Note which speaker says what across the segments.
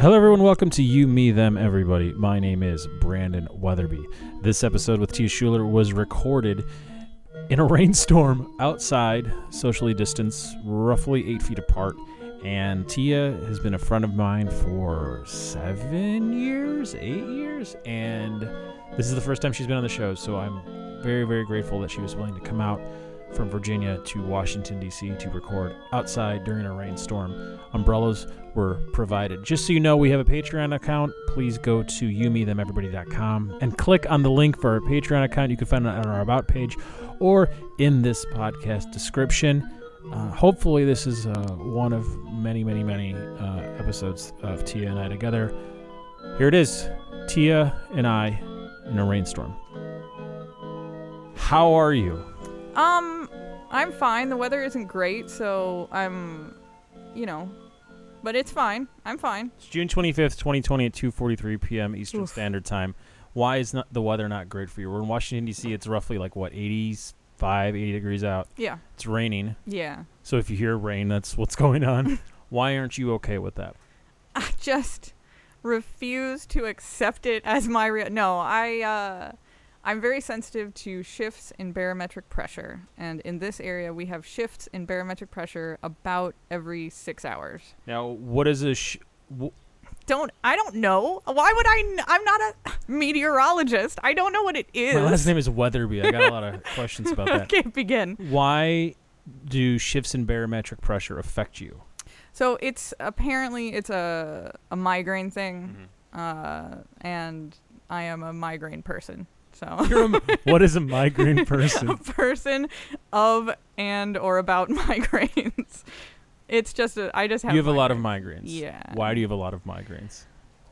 Speaker 1: Hello, everyone. Welcome to You, Me, Them, Everybody. My name is Brandon Weatherby. This episode with Tia Schuler was recorded in a rainstorm outside, socially distanced, roughly eight feet apart. And Tia has been a friend of mine for seven years, eight years. And this is the first time she's been on the show. So I'm very, very grateful that she was willing to come out from Virginia to Washington, D.C. to record outside during a rainstorm. Umbrellas were provided. Just so you know, we have a Patreon account. Please go to youmethemeverybody.com and click on the link for our Patreon account. You can find it on our About page or in this podcast description. Uh, hopefully, this is uh, one of many, many, many uh, episodes of Tia and I together. Here it is Tia and I in a rainstorm. How are you?
Speaker 2: Um, I'm fine. The weather isn't great, so I'm, you know, but it's fine. I'm fine.
Speaker 1: It's June 25th, 2020 at 2:43 p.m. Eastern Standard Time. Why is not the weather not great for you? We're in Washington D.C. It's roughly like what 85, 80 degrees out.
Speaker 2: Yeah.
Speaker 1: It's raining.
Speaker 2: Yeah.
Speaker 1: So if you hear rain, that's what's going on. Why aren't you okay with that?
Speaker 2: I just refuse to accept it as my real. No, I, uh, I'm very sensitive to shifts in barometric pressure, and in this area, we have shifts in barometric pressure about every six hours.
Speaker 1: Now, what is a sh- w-
Speaker 2: Don't I don't know. Why would I? Kn- I'm not a meteorologist. I don't know what it is.
Speaker 1: my last name is Weatherby. I got a lot of questions about that.
Speaker 2: okay, begin.
Speaker 1: Why do shifts in barometric pressure affect you?
Speaker 2: So it's apparently it's a a migraine thing,
Speaker 1: Mm-hmm.
Speaker 2: uh, and I am a migraine person. So
Speaker 1: You're a m- what is a migraine
Speaker 2: a
Speaker 1: person?
Speaker 2: person of and or about migraines. It's just a, I just have
Speaker 1: You have a lot of
Speaker 2: migraines.
Speaker 1: migraines.
Speaker 2: Yeah.
Speaker 1: Why do you have a lot of migraines?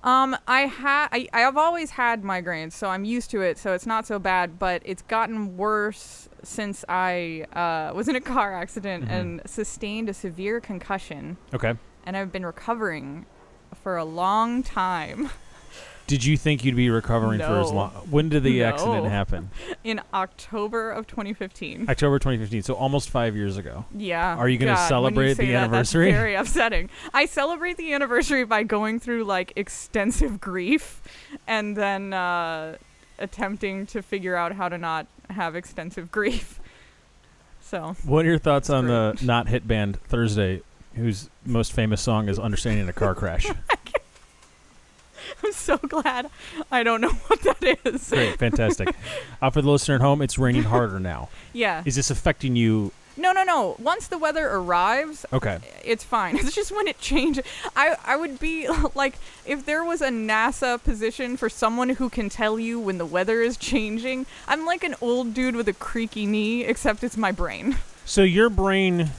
Speaker 2: Um, I ha I I have always had migraines, so I'm used to it, so it's not so bad. But it's gotten worse since I uh, was in a car accident
Speaker 1: Mhm.
Speaker 2: and sustained a severe concussion,
Speaker 1: Okay.
Speaker 2: and I've been recovering for a long time.
Speaker 1: Did you think you'd be recovering for as
Speaker 2: No.
Speaker 1: long? When did the accident
Speaker 2: No.
Speaker 1: happen?
Speaker 2: in October of 2015.
Speaker 1: October 2015, so almost five years ago.
Speaker 2: yeah.
Speaker 1: Are you gonna
Speaker 2: God, when
Speaker 1: celebrate
Speaker 2: say
Speaker 1: the
Speaker 2: that, that's
Speaker 1: anniversary?
Speaker 2: very upsetting. I celebrate the anniversary by going through like extensive grief, and then uh, attempting to figure out how to not have extensive grief. So
Speaker 1: What are your thoughts on the not hit band Thursday, whose most famous song is "Understanding a Car Crash"?
Speaker 2: I'm so glad I don't know what that is.
Speaker 1: Great, fantastic. Uh, for the listener at home, it's raining harder now.
Speaker 2: Yeah.
Speaker 1: Is this affecting you?
Speaker 2: No, no, no. Once the weather arrives,
Speaker 1: Okay.
Speaker 2: it's fine. It's just when it changes. I, I would be like, if there was a NASA position for someone who can tell you when the weather is changing, I'm like an old dude with a creaky knee, except it's my brain.
Speaker 1: So your brain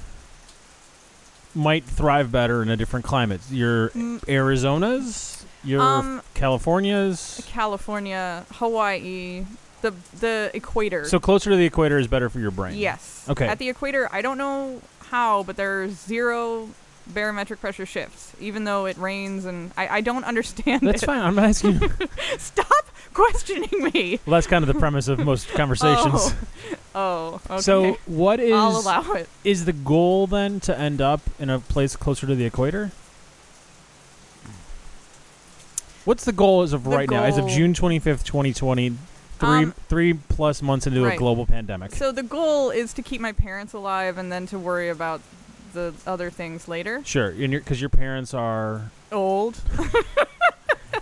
Speaker 1: might thrive better in a different climate. Your
Speaker 2: Mm.
Speaker 1: Arizonas, your
Speaker 2: Um,
Speaker 1: Californias.
Speaker 2: California, Hawaii, the the equator.
Speaker 1: So closer to the equator is better for your brain.
Speaker 2: yes.
Speaker 1: Okay.
Speaker 2: At the equator, I don't know how, but there are zero barometric pressure shifts, even though it rains, and I, I don't understand
Speaker 1: That's
Speaker 2: it.
Speaker 1: fine. I'm asking. well,
Speaker 2: Stop questioning me.
Speaker 1: that's kind of the premise of most conversations.
Speaker 2: Oh, okay.
Speaker 1: So what is
Speaker 2: I'll allow it.
Speaker 1: is the goal then to end up in a place closer to the equator? What's the goal as of
Speaker 2: The
Speaker 1: right now, as of
Speaker 2: goal-
Speaker 1: June twenty fifth, twenty twenty, three
Speaker 2: Um,
Speaker 1: three plus months into a
Speaker 2: right.
Speaker 1: global pandemic?
Speaker 2: So the goal is to keep my parents alive and then to worry about the other things later.
Speaker 1: sure, and because your parents are,
Speaker 2: Old.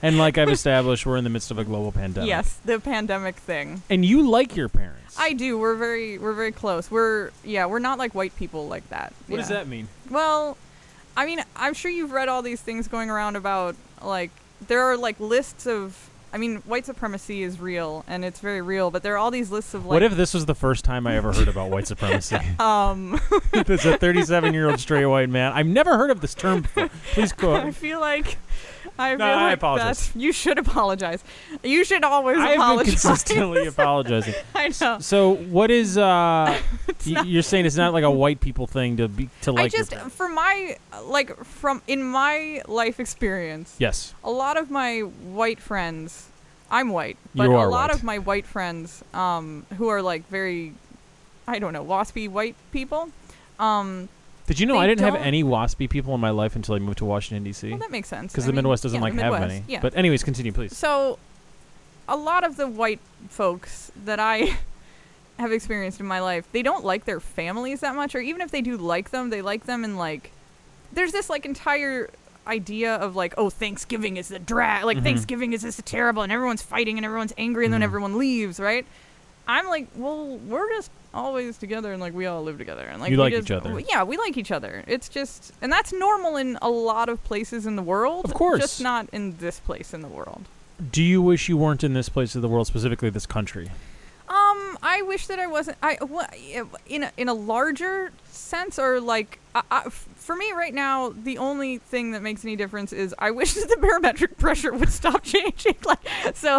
Speaker 1: and like I've established, we're in the midst of a global pandemic.
Speaker 2: Yes, the pandemic thing.
Speaker 1: and you like your parents.
Speaker 2: I do. We're very we're very close. We're yeah, we're not like white people like that.
Speaker 1: What does
Speaker 2: Yeah.
Speaker 1: that mean?
Speaker 2: Well, I mean, I'm sure you've read all these things going around about like there are like lists of I mean, white supremacy is real and it's very real, but there are all these lists of like
Speaker 1: what if this was the first time I ever heard about white supremacy?
Speaker 2: um
Speaker 1: There's a 37 year old straight white man. I've never heard of this term before. Please
Speaker 2: I
Speaker 1: go.
Speaker 2: feel like I
Speaker 1: No,
Speaker 2: feel
Speaker 1: I
Speaker 2: like
Speaker 1: apologize.
Speaker 2: that's- you should apologize. You should always
Speaker 1: I have been
Speaker 2: apologize. Oh.
Speaker 1: consistently apologizing.
Speaker 2: I know.
Speaker 1: So what is uh? y- you're saying it's not like a white people thing to be to like.
Speaker 2: I just uh,
Speaker 1: your parents.
Speaker 2: for my like from in my life experience,
Speaker 1: yes.
Speaker 2: a lot of my white friends, I'm white, but
Speaker 1: You are
Speaker 2: a lot
Speaker 1: white.
Speaker 2: of my white friends, um, who are like very, I don't know, waspy white people, um,
Speaker 1: Did you know
Speaker 2: They
Speaker 1: I didn't have
Speaker 2: don't-
Speaker 1: any waspy people in my life until I moved to Washington D.C.
Speaker 2: Well, that makes sense.
Speaker 1: because
Speaker 2: I
Speaker 1: the
Speaker 2: mean,
Speaker 1: Midwest doesn't
Speaker 2: yeah,
Speaker 1: like
Speaker 2: the
Speaker 1: have
Speaker 2: Midwest,
Speaker 1: many.
Speaker 2: Yeah.
Speaker 1: But anyways, continue, please.
Speaker 2: so, a lot of the white folks that I have experienced in my life, they don't like their families that much, or even if they do like them, they like them in like. There's this like entire idea of like, oh, Thanksgiving is the drag. Like
Speaker 1: Mhm.
Speaker 2: Thanksgiving is this terrible, and everyone's fighting, and everyone's angry, and then
Speaker 1: Mhm.
Speaker 2: everyone leaves, right? I'm like, well, we're just always together, and like we all live together, and like
Speaker 1: You
Speaker 2: we
Speaker 1: like
Speaker 2: just-
Speaker 1: each other.
Speaker 2: we- Yeah, we like each other. It's just, and that's normal in a lot of places in the world.
Speaker 1: Of course.
Speaker 2: just not in this place in the world.
Speaker 1: Do you wish you weren't in this place of the world, specifically this country?
Speaker 2: Um, I wish that I wasn't. I wha- in a, in a larger sense, or like I, I, f- for me right now, the only thing that makes any difference is I wish that the barometric pressure would stop changing. Like so,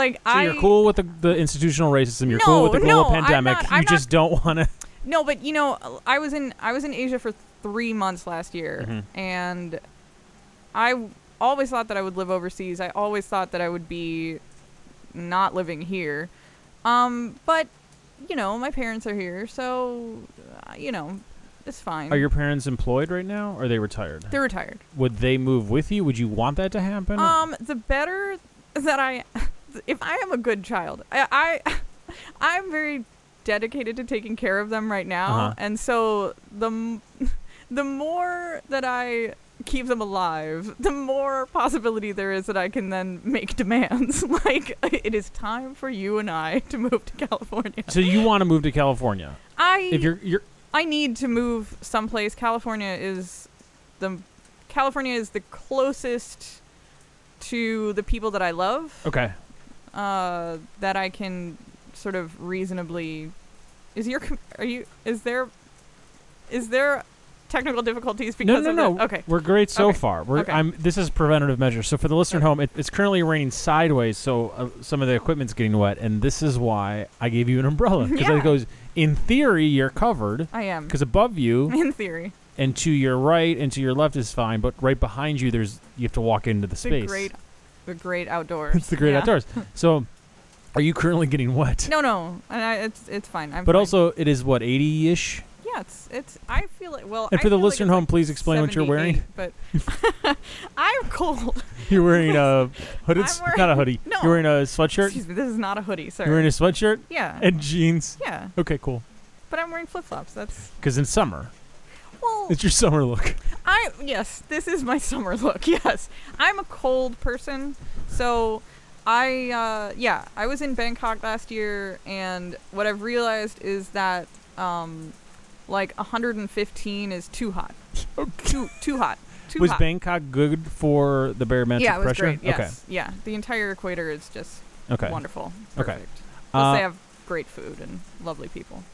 Speaker 2: like
Speaker 1: So
Speaker 2: I
Speaker 1: you're cool with the, the institutional racism. You're cool with the
Speaker 2: No,
Speaker 1: global
Speaker 2: no, I'm
Speaker 1: pandemic.
Speaker 2: not-
Speaker 1: you
Speaker 2: I'm not-
Speaker 1: just don't want to.
Speaker 2: no, but you know, I was in I was in Asia for three months last year,
Speaker 1: Mhm.
Speaker 2: and I w- always thought that I would live overseas. I always thought that I would be not living here. Um, but you know, my parents are here, so uh, you know, it's fine.
Speaker 1: Are your parents employed right now? Or are they retired?
Speaker 2: They're retired.
Speaker 1: Would they move with you? Would you want that to happen?
Speaker 2: Um, the better that I, if I am a good child, I, I I'm very dedicated to taking care of them right now,
Speaker 1: Uh-huh.
Speaker 2: and so the m- the more that I keep them alive, the more possibility there is that I can then make demands. like it is time for you and I to move to California.
Speaker 1: so you want to move to California?
Speaker 2: I
Speaker 1: If you're you're
Speaker 2: I need to move someplace. California is the California is the closest to the people that I love.
Speaker 1: okay.
Speaker 2: Uh, that I can sort of reasonably. Is your com- are you is there is there technical difficulties
Speaker 1: No,
Speaker 2: because
Speaker 1: no,
Speaker 2: of
Speaker 1: no.
Speaker 2: the- okay
Speaker 1: We're great so
Speaker 2: Okay.
Speaker 1: far. We're,
Speaker 2: Okay.
Speaker 1: I'm, this is preventative measure. So for the listener at
Speaker 2: Okay.
Speaker 1: home, it, it's currently raining sideways, so uh, some of the equipment's getting wet, and this is why I gave you an umbrella because
Speaker 2: Yeah.
Speaker 1: it goes. In theory, you're covered
Speaker 2: I am
Speaker 1: because above you
Speaker 2: in theory
Speaker 1: and to your right and to your left is fine, but right behind you, there's you have to walk into the
Speaker 2: the
Speaker 1: space.
Speaker 2: great the great outdoors
Speaker 1: it's the great
Speaker 2: Yeah.
Speaker 1: outdoors. So, are you currently getting wet?
Speaker 2: no no and I, it's it's fine I'm
Speaker 1: But
Speaker 2: fine.
Speaker 1: also, it is what eighty ish.
Speaker 2: Yeah, it's it's. I feel like well.
Speaker 1: And
Speaker 2: I
Speaker 1: for the
Speaker 2: feel like
Speaker 1: listener
Speaker 2: it's
Speaker 1: at home,
Speaker 2: like
Speaker 1: please explain what you're wearing.
Speaker 2: 78, But I'm cold.
Speaker 1: You're wearing a hooded,
Speaker 2: I'm
Speaker 1: s-
Speaker 2: wearing-
Speaker 1: not a hoodie.
Speaker 2: No.
Speaker 1: You're wearing a sweatshirt.
Speaker 2: Excuse me, this is not a hoodie, sir.
Speaker 1: You're wearing a sweatshirt
Speaker 2: yeah,
Speaker 1: and jeans.
Speaker 2: yeah.
Speaker 1: Okay, cool.
Speaker 2: But I'm wearing flip flops. That's
Speaker 1: Because in summer,
Speaker 2: well.
Speaker 1: it's your summer look.
Speaker 2: I yes, this is my summer look. Yes, I'm a cold person, so I uh, yeah, I was in Bangkok last year, and what I've realized is that um, like 115 is too hot. Too too hot. Too
Speaker 1: was
Speaker 2: hot.
Speaker 1: Bangkok good for the barometric
Speaker 2: yeah, it was
Speaker 1: pressure?
Speaker 2: great. Yes, yeah. The entire equator is just
Speaker 1: Okay. Okay.
Speaker 2: Wonderful.
Speaker 1: Okay.
Speaker 2: Perfect. Plus,
Speaker 1: Uh,
Speaker 2: they have great food and lovely people.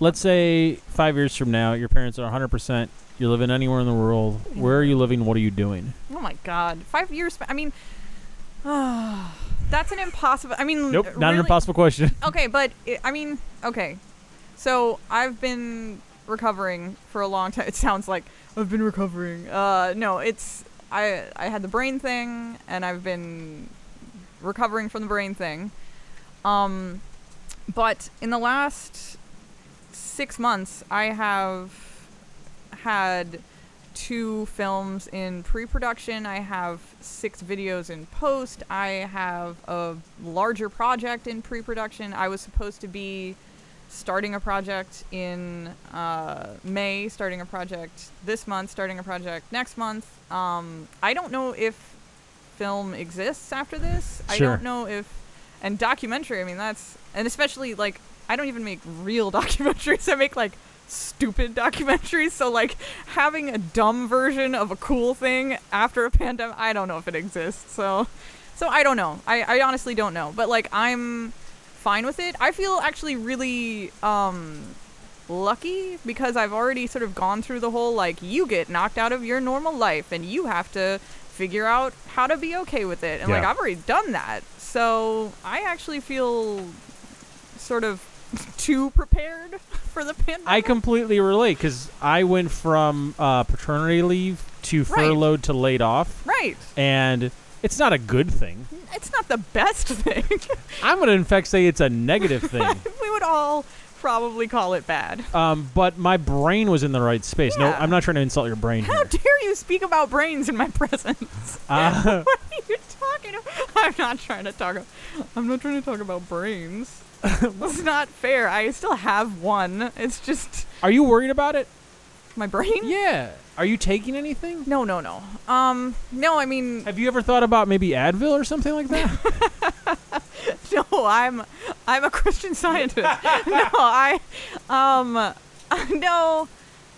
Speaker 1: let's say five years from now, your parents are 100. percent You're living anywhere in the world. Where are you living? What are you doing?
Speaker 2: Oh my God, five years. sp- I mean, that's an impossible. I mean,
Speaker 1: Nope, not an
Speaker 2: Mm, really-
Speaker 1: impossible question.
Speaker 2: Okay, but i I mean, okay. So I've been recovering for a long time. It sounds like I've been recovering. Uh, no, it's I I had the brain thing, and I've been recovering from the brain thing. Um, but in the last six months, I have had two films in pre-production. I have six videos in post. I have a larger project in pre-production. I was supposed to be starting a project in uh, May, starting a project this month, starting a project next month. Um, I don't know if film exists after this. I
Speaker 1: Sure.
Speaker 2: don't know if and documentary. I mean, that's and especially like I don't even make real documentaries. I make like stupid documentaries. So like having a dumb version of a cool thing after a pandemic, I don't know if it exists. So so I don't know. I, I honestly don't know. But like I'm fine with it. I feel actually really um lucky because I've already sort of gone through the whole like you get knocked out of your normal life and you have to figure out how to be okay with it. And like
Speaker 1: Yeah.
Speaker 2: I've already done that. So I actually feel sort of too prepared for the pandemic.
Speaker 1: I completely relate because I went from uh, paternity leave to
Speaker 2: Right.
Speaker 1: furloughed to laid off,
Speaker 2: right.
Speaker 1: and it's not a good thing.
Speaker 2: It's not the best thing.
Speaker 1: I'm gonna in fact say it's a negative thing.
Speaker 2: we would all probably call it bad.
Speaker 1: Um, but my brain was in the right space. No,
Speaker 2: Yeah.
Speaker 1: I'm not trying to insult your brain
Speaker 2: How
Speaker 1: here.
Speaker 2: dare you speak about brains in my presence?
Speaker 1: Uh,
Speaker 2: what are you talking about? I'm not trying to talk. a- I'm not trying to talk about brains. it's not fair. I still have one. It's just
Speaker 1: are you worried about it?
Speaker 2: my brain.
Speaker 1: Yeah. Are you taking anything?
Speaker 2: No, no, no. Um, no. I mean,
Speaker 1: Have you ever thought about maybe Advil or something like that?
Speaker 2: no. I'm, I'm a Christian scientist. no, I, um, no.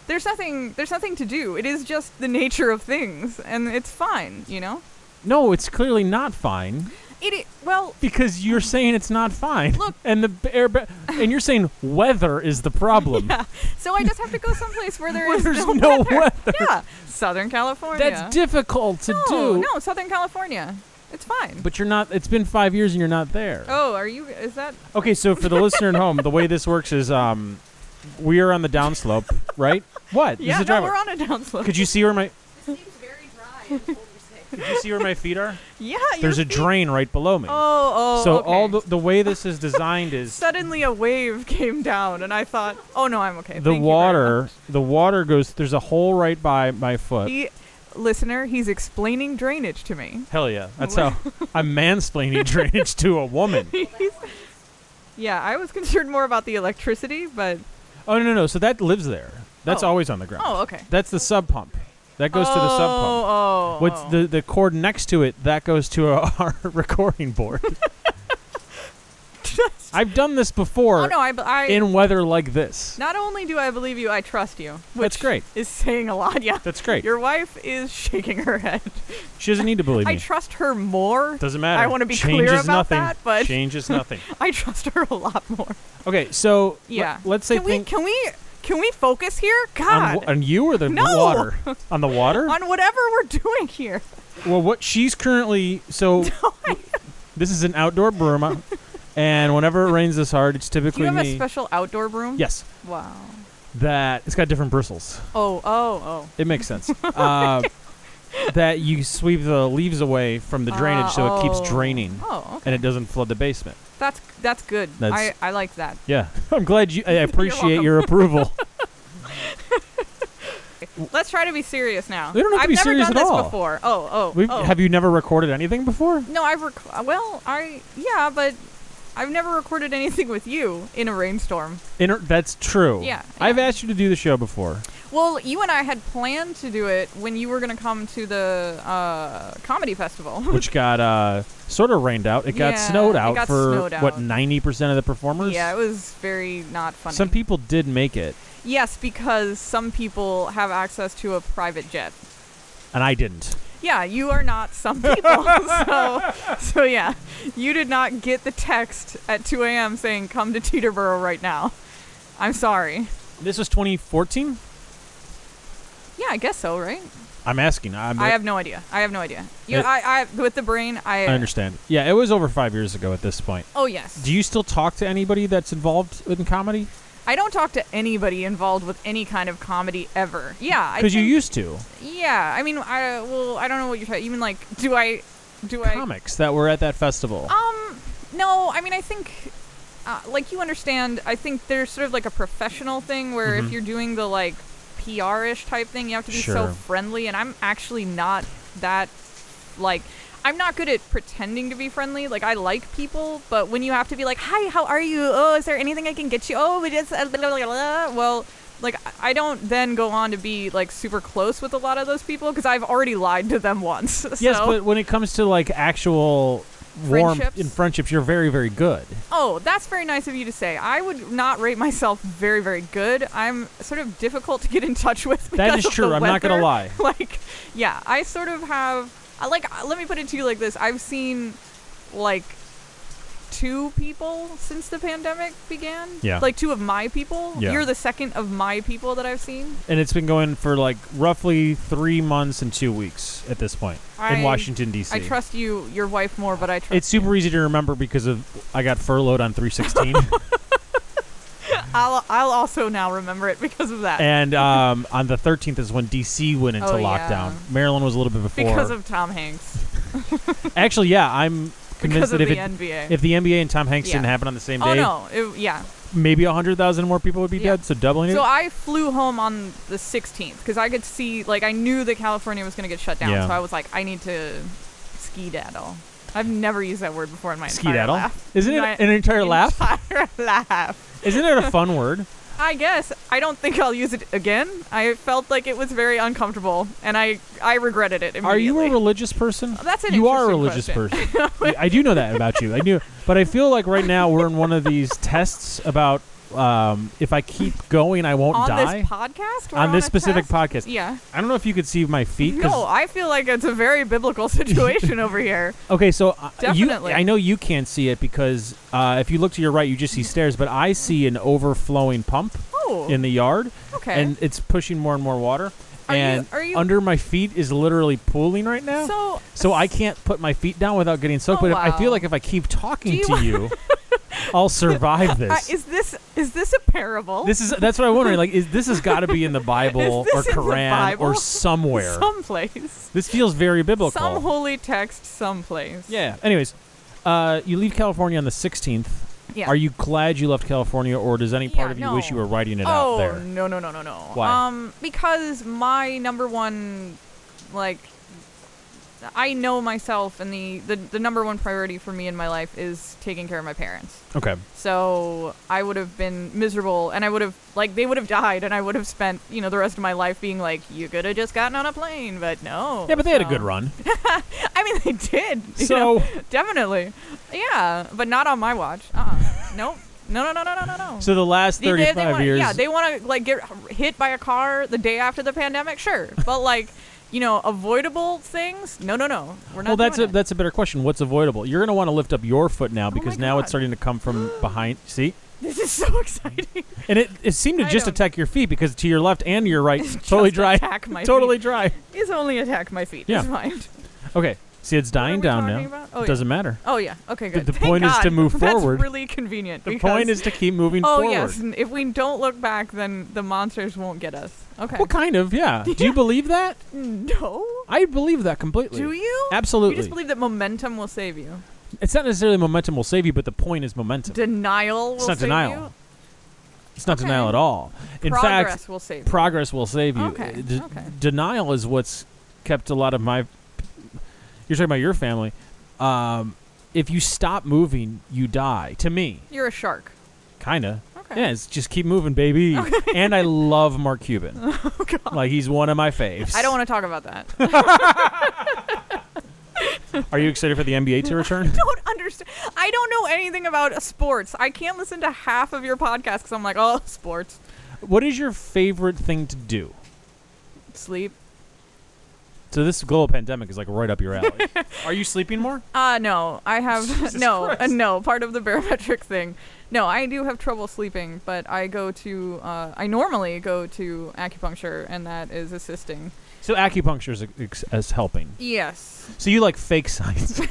Speaker 2: There's nothing. There's nothing to do. It is just the nature of things, and it's fine. You know.
Speaker 1: no, it's clearly not fine
Speaker 2: It. i- Well,
Speaker 1: because you're saying it's not fine.
Speaker 2: Look-
Speaker 1: and the b- air, ba- and you're saying weather is the problem.
Speaker 2: so I just have to go someplace where there is
Speaker 1: There's
Speaker 2: no,
Speaker 1: no
Speaker 2: weather.
Speaker 1: weather.
Speaker 2: Yeah, Southern California.
Speaker 1: That's difficult to
Speaker 2: no,
Speaker 1: do.
Speaker 2: No, Southern California. It's fine.
Speaker 1: But you're not. It's been five years and you're not there.
Speaker 2: oh, are you? Is that?
Speaker 1: Okay, so for the listener at home, the way this works is um, we are on the downslope, right? What? This
Speaker 2: yeah,
Speaker 1: is a
Speaker 2: no,
Speaker 1: driveway.
Speaker 2: we're on a downslope.
Speaker 1: Could you see where my
Speaker 3: Seems very dry and overseas.
Speaker 1: Could you see where my feet are?
Speaker 2: yeah, your
Speaker 1: There's a
Speaker 2: feet-
Speaker 1: drain right below me.
Speaker 2: Oh, oh.
Speaker 1: so
Speaker 2: okay.
Speaker 1: all the, the way this is designed is
Speaker 2: suddenly a wave came down, and I thought, oh no, I'm okay.
Speaker 1: the
Speaker 2: Thank you very
Speaker 1: water.
Speaker 2: much.
Speaker 1: The water goes. There's a hole right by my foot.
Speaker 2: He, listener, he's explaining drainage to me.
Speaker 1: Hell yeah! That's how I'm mansplaining drainage to a woman.
Speaker 2: Yeah, I was concerned more about the electricity, but
Speaker 1: Oh no no no! So that lives there. That's
Speaker 2: Oh.
Speaker 1: always on the ground.
Speaker 2: oh, okay.
Speaker 1: That's the sub pump. That goes to the sub pump.
Speaker 2: Oh, oh.
Speaker 1: What's
Speaker 2: oh.
Speaker 1: the the cord next to it? That goes to our recording board. I've done this before
Speaker 2: Oh no, I, b- I-
Speaker 1: in weather like this.
Speaker 2: Not only do I believe you, I trust you.
Speaker 1: That's
Speaker 2: which
Speaker 1: great.
Speaker 2: Is saying a lot. Yeah.
Speaker 1: That's great.
Speaker 2: Your wife is shaking her head.
Speaker 1: she doesn't need to believe
Speaker 2: I
Speaker 1: me.
Speaker 2: trust her more.
Speaker 1: Doesn't matter.
Speaker 2: wanna be
Speaker 1: Change
Speaker 2: clear
Speaker 1: is
Speaker 2: about
Speaker 1: nothing.
Speaker 2: that, but-
Speaker 1: change is nothing.
Speaker 2: I trust her a lot more.
Speaker 1: Okay, so le-
Speaker 2: Yeah.
Speaker 1: let's say
Speaker 2: can we
Speaker 1: think
Speaker 2: can we can we focus here?
Speaker 1: on,
Speaker 2: God.
Speaker 1: wa- on you or the
Speaker 2: No.
Speaker 1: water on the water.
Speaker 2: on whatever we're doing here.
Speaker 1: well, what she's currently so this is an outdoor broom, and whenever it rains this hard, it's
Speaker 2: Do you
Speaker 1: typically
Speaker 2: have a
Speaker 1: me.
Speaker 2: special outdoor broom?
Speaker 1: yes,
Speaker 2: Wow.
Speaker 1: that it's got different bristles.
Speaker 2: Oh, oh, oh.
Speaker 1: It makes sense. uh, that you sweep the leaves away from the drainage
Speaker 2: Ah,
Speaker 1: so it
Speaker 2: oh.
Speaker 1: keeps draining
Speaker 2: Oh, okay.
Speaker 1: and it doesn't flood the basement.
Speaker 2: That's that's good.
Speaker 1: That's-
Speaker 2: I I like that.
Speaker 1: Yeah. I'm glad you I appreciate
Speaker 2: welcome.
Speaker 1: your approval.
Speaker 2: Let's try to be serious now.
Speaker 1: We don't have to
Speaker 2: I've
Speaker 1: be
Speaker 2: never
Speaker 1: serious
Speaker 2: done
Speaker 1: at
Speaker 2: this
Speaker 1: all.
Speaker 2: before. Oh, oh.
Speaker 1: We've,
Speaker 2: oh.
Speaker 1: Have you never recorded anything before?
Speaker 2: No, I've rec- well, I yeah, but I've never recorded anything with you in a rainstorm.
Speaker 1: Inter- that's true.
Speaker 2: Yeah,
Speaker 1: I've
Speaker 2: yeah.
Speaker 1: asked you to do the show before.
Speaker 2: Well, you and I had planned to do it when you were going to come to the uh, comedy festival.
Speaker 1: Which got uh, sort of rained out. It got
Speaker 2: Yeah,
Speaker 1: snowed
Speaker 2: it
Speaker 1: out
Speaker 2: got
Speaker 1: for
Speaker 2: snowed
Speaker 1: what
Speaker 2: out.
Speaker 1: 90% of the performers.
Speaker 2: yeah, it was very not funny.
Speaker 1: Some people did make it,
Speaker 2: yes, because some people have access to a private jet.
Speaker 1: and I didn't.
Speaker 2: Yeah, you are not some people. so, so yeah, you did not get the text at 2 a.m. saying come to Teterboro right now. I'm sorry.
Speaker 1: This was 2014.
Speaker 2: Yeah, I guess so, right?
Speaker 1: I'm asking. I'm,
Speaker 2: I have no idea. I have no idea. You,
Speaker 1: It-
Speaker 2: I, I, with the brain, I.
Speaker 1: I understand. Yeah, it was over five years ago at this point.
Speaker 2: Oh yes.
Speaker 1: Do you still talk to anybody that's involved in comedy?
Speaker 2: I don't talk to anybody involved with any kind of comedy ever. Yeah, I
Speaker 1: Because you
Speaker 2: think-
Speaker 1: used to
Speaker 2: Yeah, I mean, I well, I don't know what you're talking. You mean like, do I, do I?
Speaker 1: comics that were at that festival.
Speaker 2: Um, no, I mean, I think, uh, like you understand, I think there's sort of like a professional thing where
Speaker 1: Mhm.
Speaker 2: if you're doing the like PR-ish type thing, you have to be so
Speaker 1: Sure.
Speaker 2: friendly, and I'm actually not that, like. I'm not good at pretending to be friendly. Like I like people, but when you have to be like, "Hi, how are you? Oh, is there anything I can get you? Oh, we just uh, blah, blah, blah, blah." well, like I I don't then go on to be like super close with a lot of those people because I've already lied to them once.
Speaker 1: yes,
Speaker 2: so.
Speaker 1: but when it comes to like actual warmth
Speaker 2: Friendships?
Speaker 1: in friendships, you're very, very good.
Speaker 2: Oh, that's very nice of you to say. I would not rate myself very, very good. I'm sort of difficult to get in touch with. Because
Speaker 1: That is
Speaker 2: of the
Speaker 1: true. I'm not gonna lie.
Speaker 2: weather. like, yeah, I sort of have. I like. uh, Let me put it to you like this: I've seen, like, two people since the pandemic began.
Speaker 1: Yeah.
Speaker 2: Like two of my people.
Speaker 1: Yeah.
Speaker 2: You're the second of my people that I've seen.
Speaker 1: And it's been going for like roughly three months and two weeks at this point in
Speaker 2: I-
Speaker 1: Washington D.C.
Speaker 2: I trust you, your wife more, but I trust.
Speaker 1: It's super easy to remember because of I got furloughed on 316,
Speaker 2: I'll, I'll also now remember it because of that.
Speaker 1: and um, on the 13th is when D.C. went into
Speaker 2: Oh, yeah.
Speaker 1: lockdown. Maryland was a little bit before.
Speaker 2: because of Tom Hanks.
Speaker 1: Actually, yeah, I'm
Speaker 2: Because
Speaker 1: convinced
Speaker 2: of
Speaker 1: that
Speaker 2: the
Speaker 1: if it,
Speaker 2: NBA.
Speaker 1: if the NBA and Tom Hanks
Speaker 2: Yeah.
Speaker 1: didn't happen on the same
Speaker 2: oh
Speaker 1: day,
Speaker 2: no! It, yeah.
Speaker 1: maybe 100,000 more people would be
Speaker 2: Yeah.
Speaker 1: dead, so doubling it.
Speaker 2: So I flew home on the 16th because I could see, like, I knew that California was going to get shut down.
Speaker 1: Yeah.
Speaker 2: So I was like, I need to ski daddle. I've never used that word before in my entire
Speaker 1: Skedaddle?
Speaker 2: laugh.
Speaker 1: Isn't it
Speaker 2: My
Speaker 1: an entire laugh?
Speaker 2: entire laugh.
Speaker 1: Isn't it a fun word?
Speaker 2: I guess I don't think I'll use it again. I felt like it was very uncomfortable, and I I regretted it
Speaker 1: Are
Speaker 2: immediately.
Speaker 1: you a religious person?
Speaker 2: That's an
Speaker 1: You are a
Speaker 2: interesting
Speaker 1: religious
Speaker 2: question.
Speaker 1: person. Yeah, I do know that about you. I knew, but I feel like right now we're in one of these tests about um, if I keep going, I won't
Speaker 2: on
Speaker 1: die.
Speaker 2: this podcast? We're
Speaker 1: on this
Speaker 2: a
Speaker 1: specific
Speaker 2: test?
Speaker 1: podcast,
Speaker 2: Yeah.
Speaker 1: I don't know if you could see my feet. 'cause-
Speaker 2: No, I feel like it's a very biblical situation over here.
Speaker 1: Okay, so uh, you,
Speaker 2: Definitely.
Speaker 1: I know you can't see it because uh, if you look to your right, you just see stairs. But I see an overflowing pump
Speaker 2: Mm-hmm. Oh,
Speaker 1: in the yard,
Speaker 2: okay.
Speaker 1: and it's pushing more and more water.
Speaker 2: Are you-
Speaker 1: and
Speaker 2: are you-
Speaker 1: under my feet is literally pooling right now.
Speaker 2: so
Speaker 1: So I can't put my feet down without getting soaked. but
Speaker 2: Oh,
Speaker 1: if, I feel
Speaker 2: wow.
Speaker 1: like if I keep talking
Speaker 2: Do you-
Speaker 1: to you, I'll survive
Speaker 2: I-
Speaker 1: this.
Speaker 2: is this is this a parable?
Speaker 1: this is that's what I'm wondering. Like, is this has got to be in the Bible
Speaker 2: Is
Speaker 1: or
Speaker 2: this in the
Speaker 1: Quran or
Speaker 2: Bible?
Speaker 1: somewhere?
Speaker 2: someplace,
Speaker 1: this feels very biblical.
Speaker 2: some holy text, someplace.
Speaker 1: yeah. Anyways, uh, you leave California on the 16th.
Speaker 2: Yeah.
Speaker 1: Are you glad you left California, or does any part
Speaker 2: Yeah,
Speaker 1: of you wish you
Speaker 2: no.
Speaker 1: were writing it
Speaker 2: oh
Speaker 1: out there?
Speaker 2: no no no no no.
Speaker 1: Why?
Speaker 2: Um, because my number one, like, I know myself, and the, the the number one priority for me in my life is taking care of my parents.
Speaker 1: Okay.
Speaker 2: So I would have been miserable, and I would have like they would have died, and I would have spent you know the rest of my life being like, you could have just gotten on a plane, but no.
Speaker 1: Yeah, but they had a good
Speaker 2: So-
Speaker 1: run.
Speaker 2: I mean, they did. you know?
Speaker 1: So,
Speaker 2: definitely, yeah, but not on my watch. Uh, nope. No, no, no, no, no, no, no.
Speaker 1: so the last
Speaker 2: They- they- they
Speaker 1: 35
Speaker 2: wanna-
Speaker 1: years.
Speaker 2: Yeah, they want to like get hit by a car the day after the pandemic, sure, but like you know avoidable things. No, no, no. We're not.
Speaker 1: well, that's a
Speaker 2: doing it. Oh
Speaker 1: that's a better question. What's avoidable? You're gonna want to lift up your foot now because
Speaker 2: my
Speaker 1: now it's
Speaker 2: God.
Speaker 1: starting to come from behind. See,
Speaker 2: This is so exciting.
Speaker 1: and it, it seemed to
Speaker 2: I
Speaker 1: just
Speaker 2: don't-
Speaker 1: attack your feet because to your left and your right,
Speaker 2: Just
Speaker 1: totally dry,
Speaker 2: attack my
Speaker 1: totally dry.
Speaker 2: It's only attack my feet.
Speaker 1: Yeah.
Speaker 2: It's fine.
Speaker 1: Okay, see, it's dying
Speaker 2: we
Speaker 1: down now.
Speaker 2: talking about? Oh, yeah.
Speaker 1: Doesn't matter.
Speaker 2: Oh yeah. Okay,
Speaker 1: The-
Speaker 2: good.
Speaker 1: the
Speaker 2: Thank
Speaker 1: point is to
Speaker 2: God.
Speaker 1: move forward.
Speaker 2: That's really convenient.
Speaker 1: The
Speaker 2: because,
Speaker 1: point is to keep moving
Speaker 2: oh
Speaker 1: forward.
Speaker 2: yes, and if we don't look back, then the monsters won't get us. Okay.
Speaker 1: Well, kind of, yeah. Do you believe that?
Speaker 2: no.
Speaker 1: I believe that completely.
Speaker 2: Do you?
Speaker 1: Absolutely.
Speaker 2: You just believe that momentum will save you.
Speaker 1: it's not necessarily momentum will save you, but the point is momentum.
Speaker 2: Denial will
Speaker 1: it's not
Speaker 2: save
Speaker 1: denial.
Speaker 2: you.
Speaker 1: It's not
Speaker 2: Okay.
Speaker 1: denial at all. In
Speaker 2: Progress
Speaker 1: fact,
Speaker 2: will save you.
Speaker 1: progress will save you.
Speaker 2: Okay,
Speaker 1: Uh, d-
Speaker 2: okay.
Speaker 1: Denial is what's kept a lot of my. You're talking about your family. Um, if you stop moving, you die. To me,
Speaker 2: You're a shark.
Speaker 1: kinda.
Speaker 2: Okay.
Speaker 1: Yeah, it's just keep moving, baby. and I love Mark Cuban. Like he's one of my faves.
Speaker 2: Oh, I don't want to talk about that.
Speaker 1: Are you excited for the NBA to return?
Speaker 2: don't understand. I don't know anything about sports. I can't listen to half of your podcast because I'm like, oh, sports,
Speaker 1: what is your favorite thing to do?
Speaker 2: sleep.
Speaker 1: So this global pandemic is like right up your alley. Are you sleeping more?
Speaker 2: Uh no, I have
Speaker 1: Jesus
Speaker 2: no, uh,
Speaker 1: Christ.
Speaker 2: no. Part of the barometric thing. No, I do have trouble sleeping, but I go to, uh, I normally go to acupuncture, and that is assisting.
Speaker 1: So acupuncture is, ex- is helping.
Speaker 2: Yes,
Speaker 1: So you like fake science.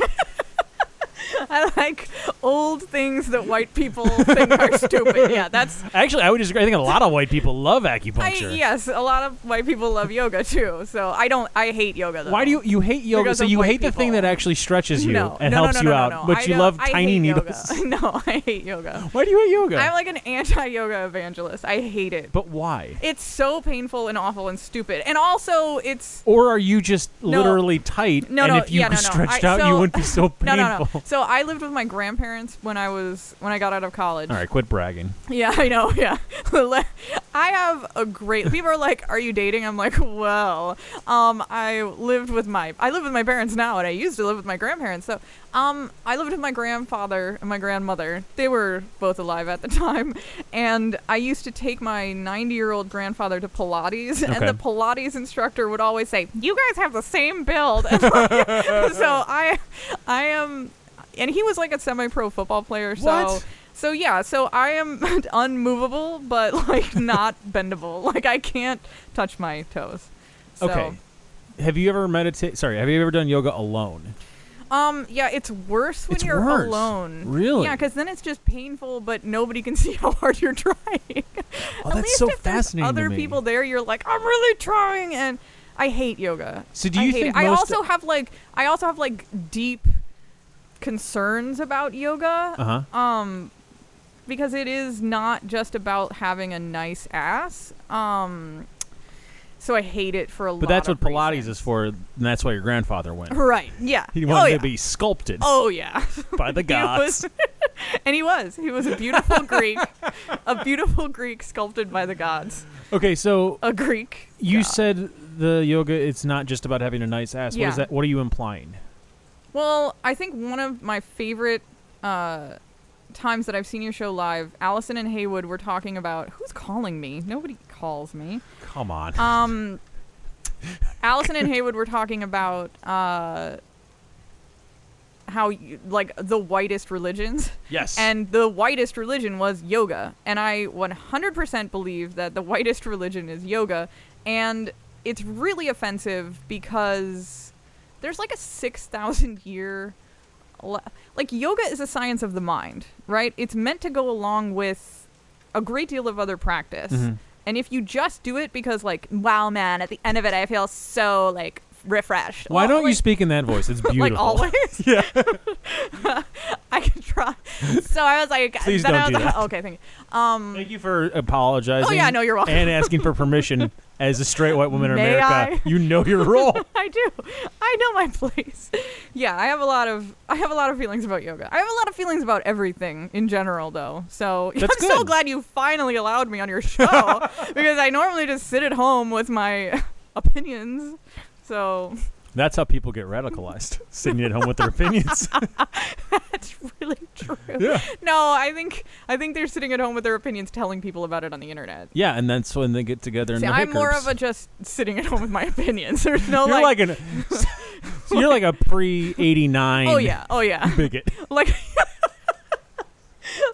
Speaker 2: I like old things that white people think are stupid. Yeah, that's.
Speaker 1: Actually, I would disagree. I think a lot of white people love
Speaker 2: I,
Speaker 1: acupuncture.
Speaker 2: yes, a lot of white people love yoga too. So I don't. I hate yoga. Though.
Speaker 1: Why do you you hate yoga?
Speaker 2: Because
Speaker 1: so
Speaker 2: of
Speaker 1: you
Speaker 2: white
Speaker 1: hate the thing
Speaker 2: people.
Speaker 1: that actually stretches you
Speaker 2: no,
Speaker 1: and
Speaker 2: no, no,
Speaker 1: helps
Speaker 2: no,
Speaker 1: you
Speaker 2: no,
Speaker 1: out,
Speaker 2: no.
Speaker 1: but
Speaker 2: I
Speaker 1: you
Speaker 2: don't-
Speaker 1: love
Speaker 2: I
Speaker 1: tiny
Speaker 2: hate
Speaker 1: needles.
Speaker 2: Yoga. No, I hate yoga.
Speaker 1: Why do you hate yoga?
Speaker 2: I'm like an anti-yoga evangelist. I hate it.
Speaker 1: but why?
Speaker 2: It's so painful and awful and stupid. And also, it's
Speaker 1: Or are you just
Speaker 2: No.
Speaker 1: literally tight?
Speaker 2: No,
Speaker 1: and
Speaker 2: no,
Speaker 1: if you
Speaker 2: yeah, no, no.
Speaker 1: stretched
Speaker 2: I-
Speaker 1: out, you
Speaker 2: so-
Speaker 1: wouldn't be so
Speaker 2: no,
Speaker 1: painful.
Speaker 2: no, no. So I lived with my grandparents when I was when I got out of college.
Speaker 1: All right, quit bragging.
Speaker 2: Yeah, I know. Yeah, Le- I have a great. People are like, "Are you dating?" I'm like, "Well, um, I lived with my I live with my parents now, and I used to live with my grandparents. So, um, I lived with my grandfather and my grandmother. They were both alive at the time, and I used to take my 90 year old grandfather to Pilates, and
Speaker 1: Okay.
Speaker 2: the Pilates instructor would always say, "You guys have the same build." And, like, so I, I am, and he was like a semi pro football player. So.
Speaker 1: What?
Speaker 2: So yeah, so I am unmovable, but like not bendable. Like I can't touch my toes. So,
Speaker 1: Okay. Have you ever meditate? Sorry, have you ever done yoga alone?
Speaker 2: Um. Yeah, it's worse when
Speaker 1: It's
Speaker 2: you're
Speaker 1: worse.
Speaker 2: alone.
Speaker 1: Really?
Speaker 2: Yeah, because then it's just painful, but nobody can see how hard you're trying.
Speaker 1: Oh,
Speaker 2: At
Speaker 1: that's
Speaker 2: least
Speaker 1: so
Speaker 2: if there's
Speaker 1: fascinating. to
Speaker 2: Other
Speaker 1: me.
Speaker 2: people there, you're like, I'm really trying, and I hate yoga.
Speaker 1: So do
Speaker 2: I
Speaker 1: you
Speaker 2: hate
Speaker 1: think
Speaker 2: it. I
Speaker 1: most-
Speaker 2: also have like I also have
Speaker 1: Uh-huh.
Speaker 2: like deep concerns about yoga.
Speaker 1: Uh huh.
Speaker 2: Um, because it is not just about having a nice ass. Um, so I hate it for a lot.
Speaker 1: But that's what
Speaker 2: of
Speaker 1: Pilates
Speaker 2: reasons.
Speaker 1: is for, and that's why your grandfather went.
Speaker 2: Right? Yeah.
Speaker 1: He
Speaker 2: oh
Speaker 1: wanted
Speaker 2: yeah.
Speaker 1: to be sculpted
Speaker 2: oh yeah.
Speaker 1: by the gods.
Speaker 2: was- and he was. He was a beautiful Greek, a beautiful Greek sculpted by the gods.
Speaker 1: okay, so
Speaker 2: A Greek.
Speaker 1: you
Speaker 2: god.
Speaker 1: said the yoga. It's not just about having a nice ass. What
Speaker 2: Yeah.
Speaker 1: is that? What are you implying?
Speaker 2: Well, I think one of my favorite uh, times that I've seen your show live, Allison and Haywood were talking about who's calling me. Nobody calls me.
Speaker 1: Come on.
Speaker 2: Um, Allison and Haywood were talking about uh, how you, like the whitest religions.
Speaker 1: yes.
Speaker 2: And the whitest religion was yoga. And I 100% believe that the whitest religion is yoga. And it's really offensive because there's like a 6,000 year. le- Like, yoga is a science of the mind, right? It's meant to go along with a great deal of other practice.
Speaker 1: Mhm.
Speaker 2: And if you just do it because, like, wow, man, at the end of it, I feel so, like, refreshed.
Speaker 1: Why
Speaker 2: Well,
Speaker 1: don't you
Speaker 2: like-
Speaker 1: speak in that voice? It's beautiful.
Speaker 2: like always.
Speaker 1: Yeah.
Speaker 2: I could try. So I was like,
Speaker 1: Please
Speaker 2: then I
Speaker 1: don't
Speaker 2: was
Speaker 1: do
Speaker 2: like,
Speaker 1: that.
Speaker 2: okay, thank you. Um,
Speaker 1: Thank you for apologizing.
Speaker 2: Oh, yeah, no, you're welcome.
Speaker 1: And asking for permission as a straight white woman in
Speaker 2: May
Speaker 1: America.
Speaker 2: I?
Speaker 1: You know your role.
Speaker 2: I do. I know my place. Yeah, I have a lot of I have a lot of feelings about yoga. I have a lot of feelings about everything in general, though. So
Speaker 1: That's
Speaker 2: I'm so
Speaker 1: good.
Speaker 2: glad you finally allowed me on your show because I normally just sit at home with my opinions. So
Speaker 1: That's how people get radicalized, sitting at home with their opinions.
Speaker 2: that's really true.
Speaker 1: yeah.
Speaker 2: No, I think I think they're sitting at home with their opinions, telling people about it on the internet.
Speaker 1: Yeah, and that's when they get together and
Speaker 2: See,
Speaker 1: the
Speaker 2: I'm more
Speaker 1: hiccups.
Speaker 2: of a just sitting at home with my opinions. There's no
Speaker 1: You're like, an so you're like a pre eighty nine
Speaker 2: oh yeah, oh yeah,
Speaker 1: bigot.
Speaker 2: like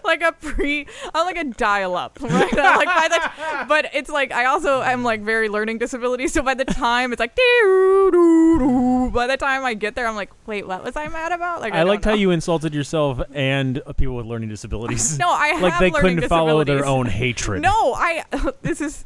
Speaker 2: like a pre, I'm like a dial up, right? I'm like by the, but it's like I also am like very learning disability, so by the time it's like doo-doo-doo, by the time I get there, I'm like, wait, what was I mad about? Like
Speaker 1: I,
Speaker 2: don't
Speaker 1: liked how
Speaker 2: know.
Speaker 1: you insulted yourself and uh, people with learning disabilities.
Speaker 2: no, I have
Speaker 1: like they
Speaker 2: learning
Speaker 1: couldn't follow their own
Speaker 2: disabilities.
Speaker 1: hatred.
Speaker 2: No, I. This is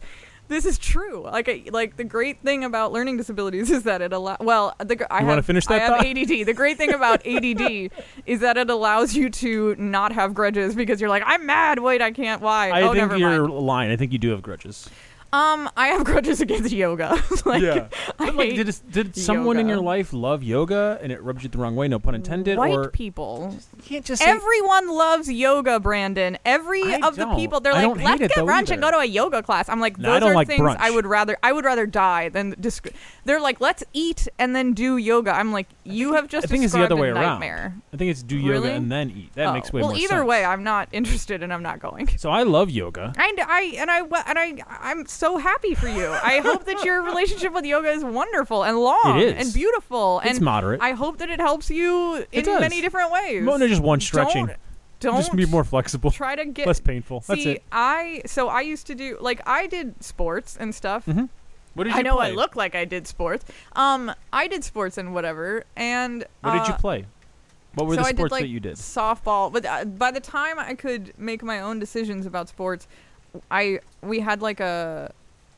Speaker 2: this is true. Like I, like the great thing about learning disabilities is that it allows. Well, the gr- I
Speaker 1: You wanna
Speaker 2: have-
Speaker 1: finish that
Speaker 2: I have
Speaker 1: thought?
Speaker 2: ADD. The great thing about ADD is that it allows you to not have grudges because you're like, I'm mad. Wait, I can't. Why?
Speaker 1: I
Speaker 2: oh,
Speaker 1: think
Speaker 2: never
Speaker 1: you're
Speaker 2: mind.
Speaker 1: lying. I think you do have grudges.
Speaker 2: Um, I have grudges against yoga. like, I
Speaker 1: But, like,
Speaker 2: hate
Speaker 1: did it- did someone in
Speaker 2: yoga.
Speaker 1: your life love yoga and it rubbed you the wrong way? No pun intended.
Speaker 2: white
Speaker 1: or
Speaker 2: people.
Speaker 1: you can't just say
Speaker 2: Everyone loves yoga, Brandon. Every
Speaker 1: I
Speaker 2: of the
Speaker 1: don't.
Speaker 2: people, they're
Speaker 1: I
Speaker 2: like,
Speaker 1: don't hate
Speaker 2: let's
Speaker 1: it,
Speaker 2: get
Speaker 1: though,
Speaker 2: brunch
Speaker 1: either."
Speaker 2: and go to a yoga class. I'm like,
Speaker 1: No, I
Speaker 2: those
Speaker 1: don't
Speaker 2: are
Speaker 1: like
Speaker 2: things I
Speaker 1: brunch.
Speaker 2: would rather I would rather die than disc- They're like, let's eat and then do yoga. I'm like, you have just
Speaker 1: I think it's the
Speaker 2: described
Speaker 1: other way
Speaker 2: a
Speaker 1: around.
Speaker 2: nightmare.
Speaker 1: I think it's do
Speaker 2: Really?
Speaker 1: yoga and then eat. That
Speaker 2: Oh,
Speaker 1: makes way
Speaker 2: well,
Speaker 1: more
Speaker 2: either
Speaker 1: sense.
Speaker 2: way, I'm not interested and I'm not going.
Speaker 1: So I love yoga.
Speaker 2: I, I and I and I I'm so happy for you. I hope that your relationship with yoga is wonderful and long
Speaker 1: It is.
Speaker 2: and beautiful
Speaker 1: It's
Speaker 2: and
Speaker 1: moderate.
Speaker 2: I hope that it helps you in
Speaker 1: It does.
Speaker 2: many different ways.
Speaker 1: no, no, just one stretching.
Speaker 2: Don't, don't
Speaker 1: just be more flexible,
Speaker 2: try to get
Speaker 1: less painful. That's
Speaker 2: See,
Speaker 1: it.
Speaker 2: I so I used to do like I did sports and stuff.
Speaker 1: Mhm. What did you
Speaker 2: I know
Speaker 1: play?
Speaker 2: I look like I did sports. Um, I did sports and whatever. And
Speaker 1: What did you
Speaker 2: uh,
Speaker 1: play? What were
Speaker 2: so
Speaker 1: the
Speaker 2: I did,
Speaker 1: sports
Speaker 2: like,
Speaker 1: that you did?
Speaker 2: Softball, but uh, by the time I could make my own decisions about sports, I we had like a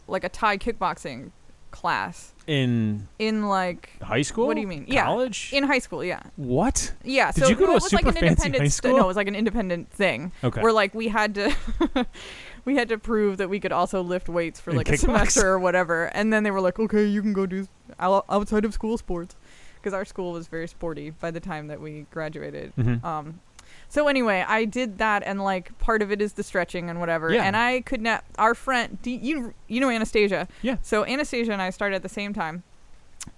Speaker 2: like a Thai kickboxing class
Speaker 1: In
Speaker 2: in like
Speaker 1: high school?
Speaker 2: do you mean? Yeah.
Speaker 1: College?
Speaker 2: in high school. Yeah,
Speaker 1: what?
Speaker 2: yeah.
Speaker 1: Did
Speaker 2: so
Speaker 1: you go
Speaker 2: no,
Speaker 1: to a
Speaker 2: it was like
Speaker 1: super
Speaker 2: an
Speaker 1: fancy
Speaker 2: independent
Speaker 1: high
Speaker 2: stu-
Speaker 1: school?
Speaker 2: no, it was like an independent thing.
Speaker 1: Okay.
Speaker 2: Where like we had to we had to prove that we could also lift weights for
Speaker 1: And
Speaker 2: like a
Speaker 1: kickbox.
Speaker 2: semester or whatever. And then they were like, "Okay, you can go do out- outside of school sports." Because our school was very sporty by the time that we graduated.
Speaker 1: Mhm.
Speaker 2: Um so anyway, I did that and like part of it is the stretching and whatever.
Speaker 1: Yeah.
Speaker 2: And I could not our friend do you you know Anastasia.
Speaker 1: Yeah.
Speaker 2: So Anastasia and I started at the same time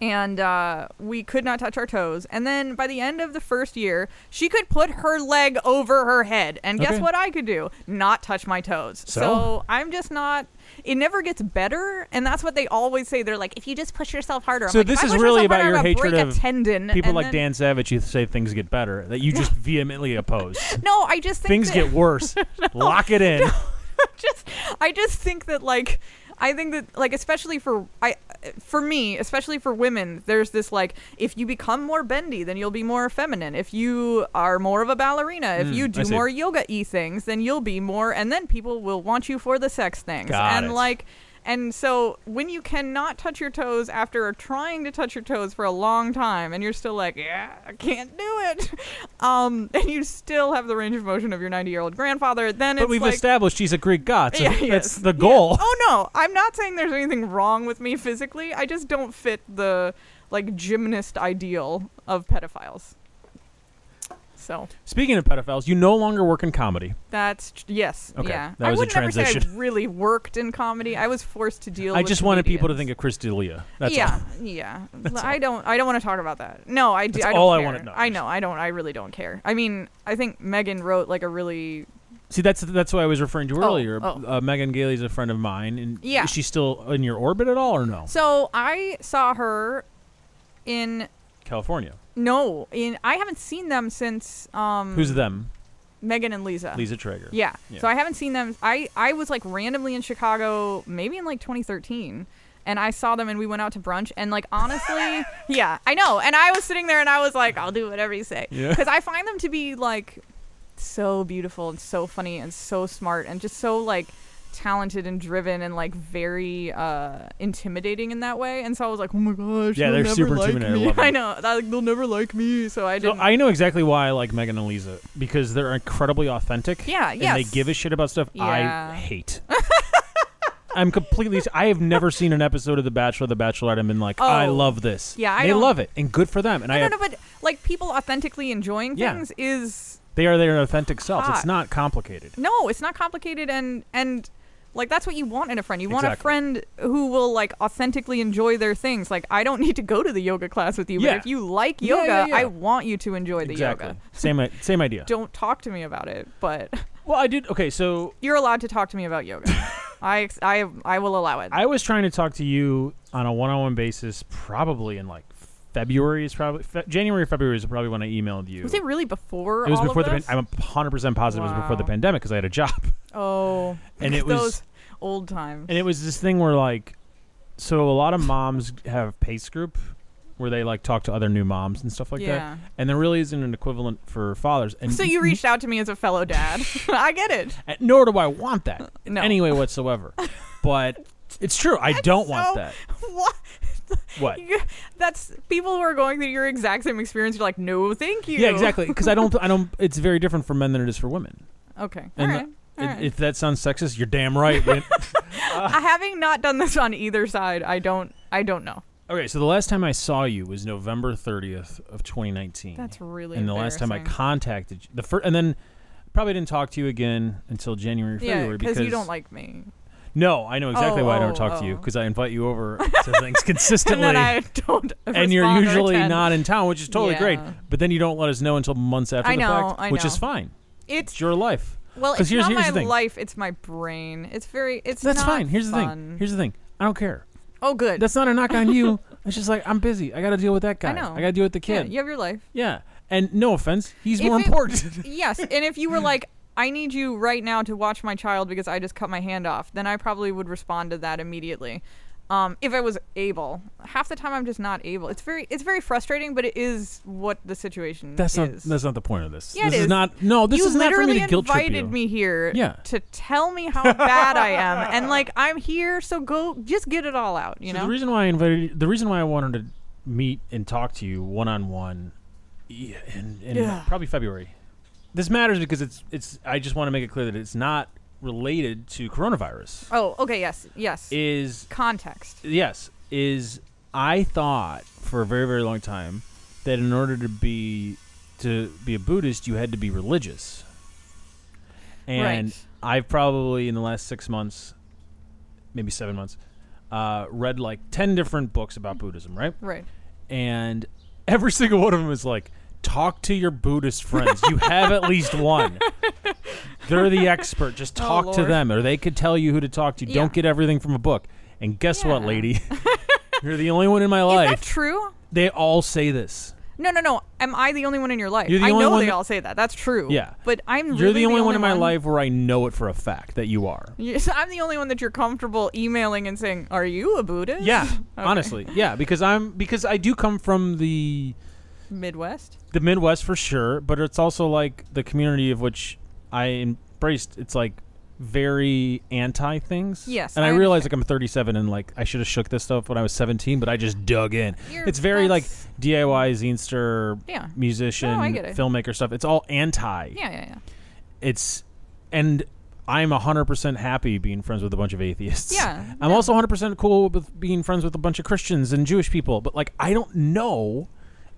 Speaker 2: and uh, we could not touch our toes. And then by the end of the first year, she could put her leg over her head. And guess
Speaker 1: Okay.
Speaker 2: what I could do? Not touch my toes.
Speaker 1: So?
Speaker 2: I'm just not. It never gets better, and that's what they always say. They're like, if you just push yourself harder. I'm
Speaker 1: So
Speaker 2: like,
Speaker 1: this
Speaker 2: if I
Speaker 1: is
Speaker 2: push
Speaker 1: really
Speaker 2: myself
Speaker 1: about
Speaker 2: harder,
Speaker 1: your
Speaker 2: I'm gonna
Speaker 1: hatred
Speaker 2: break a
Speaker 1: of
Speaker 2: tendon.
Speaker 1: People
Speaker 2: and
Speaker 1: like
Speaker 2: then-
Speaker 1: Dan Savage who say things get better that you just vehemently oppose.
Speaker 2: No, I just think
Speaker 1: things
Speaker 2: that-
Speaker 1: get worse. Lock it in.
Speaker 2: just I just think that like I think that like especially for I for me especially for women there's this like if you become more bendy then you'll be more feminine if you are more of a ballerina if
Speaker 1: Mm,
Speaker 2: you
Speaker 1: I
Speaker 2: do
Speaker 1: see.
Speaker 2: more yoga y things then you'll be more and then people will want you for the sex things
Speaker 1: Got
Speaker 2: and
Speaker 1: it.
Speaker 2: like And so when you cannot touch your toes after trying to touch your toes for a long time and you're still like, yeah, I can't do it, um, and you still have the range of motion of your 90 year old grandfather, then
Speaker 1: But
Speaker 2: it's
Speaker 1: we've
Speaker 2: like,
Speaker 1: established he's a Greek god, so
Speaker 2: Yeah,
Speaker 1: that's
Speaker 2: yes.
Speaker 1: the goal.
Speaker 2: Oh no, I'm not saying there's anything wrong with me physically. I just don't fit the like gymnast ideal of pedophiles. So
Speaker 1: Speaking of pedophiles, you no longer work in comedy.
Speaker 2: that's tr- yes,
Speaker 1: Okay,
Speaker 2: yeah.
Speaker 1: that
Speaker 2: I
Speaker 1: was a
Speaker 2: would never say
Speaker 1: transition.
Speaker 2: I really worked in comedy. I was forced to deal.
Speaker 1: I
Speaker 2: with
Speaker 1: just wanted people to
Speaker 2: comedians.
Speaker 1: think of Chris D'Elia. That's
Speaker 2: yeah,
Speaker 1: all.
Speaker 2: yeah.
Speaker 1: That's
Speaker 2: I don't. I don't want to talk about that. No, I do.
Speaker 1: That's
Speaker 2: I don't
Speaker 1: all I
Speaker 2: care.
Speaker 1: wanna know.
Speaker 2: I know. I don't. I really don't care. I mean, I think Megan wrote like a really
Speaker 1: See, that's that's what I was referring to
Speaker 2: Oh,
Speaker 1: earlier.
Speaker 2: oh.
Speaker 1: Uh, Megan Gailey's a friend of mine, and
Speaker 2: Yeah.
Speaker 1: is she still in your orbit at all, or no?
Speaker 2: So I saw her in
Speaker 1: California.
Speaker 2: no in I haven't seen them since um
Speaker 1: Who's them?
Speaker 2: Megan and Lisa.
Speaker 1: Lisa Traeger.
Speaker 2: Yeah.
Speaker 1: Yeah.
Speaker 2: So I haven't seen them I I was like randomly in Chicago maybe in like 2013 and I saw them and we went out to brunch and like honestly yeah I know and I was sitting there and I was like I'll do whatever you say
Speaker 1: Yeah.
Speaker 2: cuz I find them to be like so beautiful and so funny and so smart and just so like talented and driven and like very uh intimidating in that way and so I was like oh my gosh
Speaker 1: Yeah,
Speaker 2: they'll
Speaker 1: they're
Speaker 2: never
Speaker 1: super
Speaker 2: like
Speaker 1: intimidating. I
Speaker 2: me.
Speaker 1: love 'em.
Speaker 2: I know I, like, they'll never like me so I
Speaker 1: So
Speaker 2: didn't
Speaker 1: I know exactly why I like Megan and Lisa because they're incredibly authentic.
Speaker 2: Yeah,
Speaker 1: and they
Speaker 2: yes.
Speaker 1: give a shit about stuff
Speaker 2: Yeah.
Speaker 1: I hate. I'm completely. I have never seen an episode of The Bachelor, The Bachelorette, and been like, I
Speaker 2: Oh.
Speaker 1: love this.
Speaker 2: Yeah, I
Speaker 1: they
Speaker 2: don't-
Speaker 1: love it, and good for them. And I,
Speaker 2: no, no, no, but like people authentically enjoying
Speaker 1: Yeah.
Speaker 2: things is
Speaker 1: they are their authentic selves. It's
Speaker 2: Hot.
Speaker 1: not complicated.
Speaker 2: no, it's not complicated and and like that's what you want in a friend. You want
Speaker 1: Exactly.
Speaker 2: a friend who will like authentically enjoy their things. Like I don't need to go to the yoga class with you,
Speaker 1: Yeah.
Speaker 2: but if you like
Speaker 1: Yeah,
Speaker 2: yoga,
Speaker 1: yeah, yeah.
Speaker 2: I want you to enjoy the
Speaker 1: exactly.
Speaker 2: yoga.
Speaker 1: Same. i- Same idea.
Speaker 2: Don't talk to me about it, but
Speaker 1: Well, I did. Okay, so
Speaker 2: you're allowed to talk to me about yoga. I ex- I I will allow it.
Speaker 1: I was trying to talk to you on a one-on-one basis, probably in like February is probably fe- January, or February is probably when I emailed you.
Speaker 2: was it really before?
Speaker 1: It was
Speaker 2: all
Speaker 1: before
Speaker 2: of
Speaker 1: the.
Speaker 2: this?
Speaker 1: Pan- I'm 100 percent positive it was before the
Speaker 2: Wow.
Speaker 1: pandemic because I had a job.
Speaker 2: oh,
Speaker 1: And it was-
Speaker 2: those old times.
Speaker 1: And it was this thing where like, so a lot of moms have pace group, where they like talk to other new moms and stuff like that.
Speaker 2: yeah.
Speaker 1: And there really isn't an equivalent for fathers. And
Speaker 2: So you reached out to me as a fellow dad. I get it.
Speaker 1: and nor do I want that
Speaker 2: No.
Speaker 1: anyway whatsoever. but it's true. I don't want
Speaker 2: so-
Speaker 1: that.
Speaker 2: What?
Speaker 1: What?
Speaker 2: You- that's people who are going through your exact same experience. You're like, no, thank you.
Speaker 1: Yeah, exactly. Because I don't. I don't. It's very different for men than it is for women.
Speaker 2: Okay.
Speaker 1: And
Speaker 2: all right.
Speaker 1: I-
Speaker 2: all right.
Speaker 1: If that sounds sexist, you're damn right. Win.
Speaker 2: Uh, Having not done this on either side, I don't. I don't know.
Speaker 1: okay, so the last time I saw you was November 30th of 2019.
Speaker 2: That's really.
Speaker 1: and the last time I
Speaker 2: embarrassing.
Speaker 1: contacted you, the first, and then probably didn't talk to you again until January,
Speaker 2: yeah,
Speaker 1: February. because
Speaker 2: you don't like me,
Speaker 1: No, I know exactly
Speaker 2: Oh,
Speaker 1: why I don't
Speaker 2: oh,
Speaker 1: talk to you
Speaker 2: oh.
Speaker 1: because I invite you over to things
Speaker 2: and
Speaker 1: consistently,
Speaker 2: then I don't.
Speaker 1: and you're
Speaker 2: respond or
Speaker 1: usually
Speaker 2: attend.
Speaker 1: not in town, which is totally great.
Speaker 2: Yeah.
Speaker 1: But then you don't let us know until months after
Speaker 2: I
Speaker 1: the
Speaker 2: know,
Speaker 1: fact,
Speaker 2: I
Speaker 1: which is
Speaker 2: know.
Speaker 1: fine. It's
Speaker 2: It's
Speaker 1: your life.
Speaker 2: well,
Speaker 1: 'cause
Speaker 2: it's
Speaker 1: here's-
Speaker 2: not
Speaker 1: here's the
Speaker 2: my
Speaker 1: thing.
Speaker 2: life. It's my brain. It's very. It's
Speaker 1: That's
Speaker 2: not
Speaker 1: fine. Here's the
Speaker 2: fun.
Speaker 1: thing. Here's the thing. I don't care.
Speaker 2: oh, good.
Speaker 1: That's not a knock on you. It's just like I'm busy. I got to deal with that guy.
Speaker 2: I know.
Speaker 1: got to deal with the
Speaker 2: yeah,
Speaker 1: kid.
Speaker 2: you have your life.
Speaker 1: Yeah. And no offense, he's
Speaker 2: If
Speaker 1: more
Speaker 2: it-
Speaker 1: important.
Speaker 2: yes, and if you were like, I need you right now to watch my child because I just cut my hand off, then I probably would respond to that immediately. Um, if I was able, half the time I'm just not able. It's very, it's very frustrating, but it is what the situation
Speaker 1: that's not.
Speaker 2: is.
Speaker 1: That's not the point of this.
Speaker 2: Yeah,
Speaker 1: this
Speaker 2: it
Speaker 1: is.
Speaker 2: is.
Speaker 1: not. No, this
Speaker 2: you
Speaker 1: is not for me
Speaker 2: literally
Speaker 1: to guilt trip you.
Speaker 2: invited me here
Speaker 1: Yeah.
Speaker 2: to tell me how bad I am, and like I'm here, so go, just get it all out, you
Speaker 1: So
Speaker 2: know.
Speaker 1: the reason why I invited, the reason why I wanted to meet and talk to you one on one, in, in
Speaker 2: Yeah.
Speaker 1: probably February. This matters because it's it's. I just want to make it clear that it's not related to coronavirus.
Speaker 2: oh, okay, yes, yes.
Speaker 1: Is
Speaker 2: Context.
Speaker 1: yes is I thought for a very very long time that in order to be to be a Buddhist you had to be religious. And
Speaker 2: Right.
Speaker 1: I've probably in the last six months, maybe seven months, uh, read like ten different books about Buddhism, right?
Speaker 2: Right.
Speaker 1: and every single one of them is like talk to your buddhist friends you have at least one they're the expert just
Speaker 2: Oh,
Speaker 1: talk to
Speaker 2: Lord.
Speaker 1: them or they could tell you who to talk to
Speaker 2: Yeah.
Speaker 1: don't get everything from a book and guess what
Speaker 2: Yeah.
Speaker 1: lady you're the only one in my life
Speaker 2: Is that true?
Speaker 1: they all say this
Speaker 2: No, no, no. Am I the only one in your life?
Speaker 1: You're the
Speaker 2: I
Speaker 1: only
Speaker 2: know
Speaker 1: one
Speaker 2: they
Speaker 1: that-
Speaker 2: all say that. That's true.
Speaker 1: Yeah.
Speaker 2: But I'm
Speaker 1: you're
Speaker 2: really
Speaker 1: the only one in my life where i know it for a fact that you are
Speaker 2: Yes, I'm the only one that you're comfortable emailing and saying, "Are you a Buddhist?"
Speaker 1: yeah
Speaker 2: Okay.
Speaker 1: honestly yeah because i'm because i do come from the
Speaker 2: Midwest.
Speaker 1: the Midwest for sure, but it's also like the community of which I embraced. It's like very anti things.
Speaker 2: Yes,
Speaker 1: And I,
Speaker 2: I
Speaker 1: realize like I'm 37 and like I should have shook this stuff when I was 17, but I just dug in.
Speaker 2: You're-
Speaker 1: it's very like
Speaker 2: that's-
Speaker 1: DIY zinester
Speaker 2: Yeah.
Speaker 1: musician
Speaker 2: No, I get it.
Speaker 1: filmmaker stuff. It's all anti.
Speaker 2: Yeah, yeah, yeah.
Speaker 1: It's and I'm 100% happy being friends with a bunch of atheists.
Speaker 2: Yeah,
Speaker 1: I'm also 100% cool with being friends with a bunch of Christians and Jewish people, but like I don't know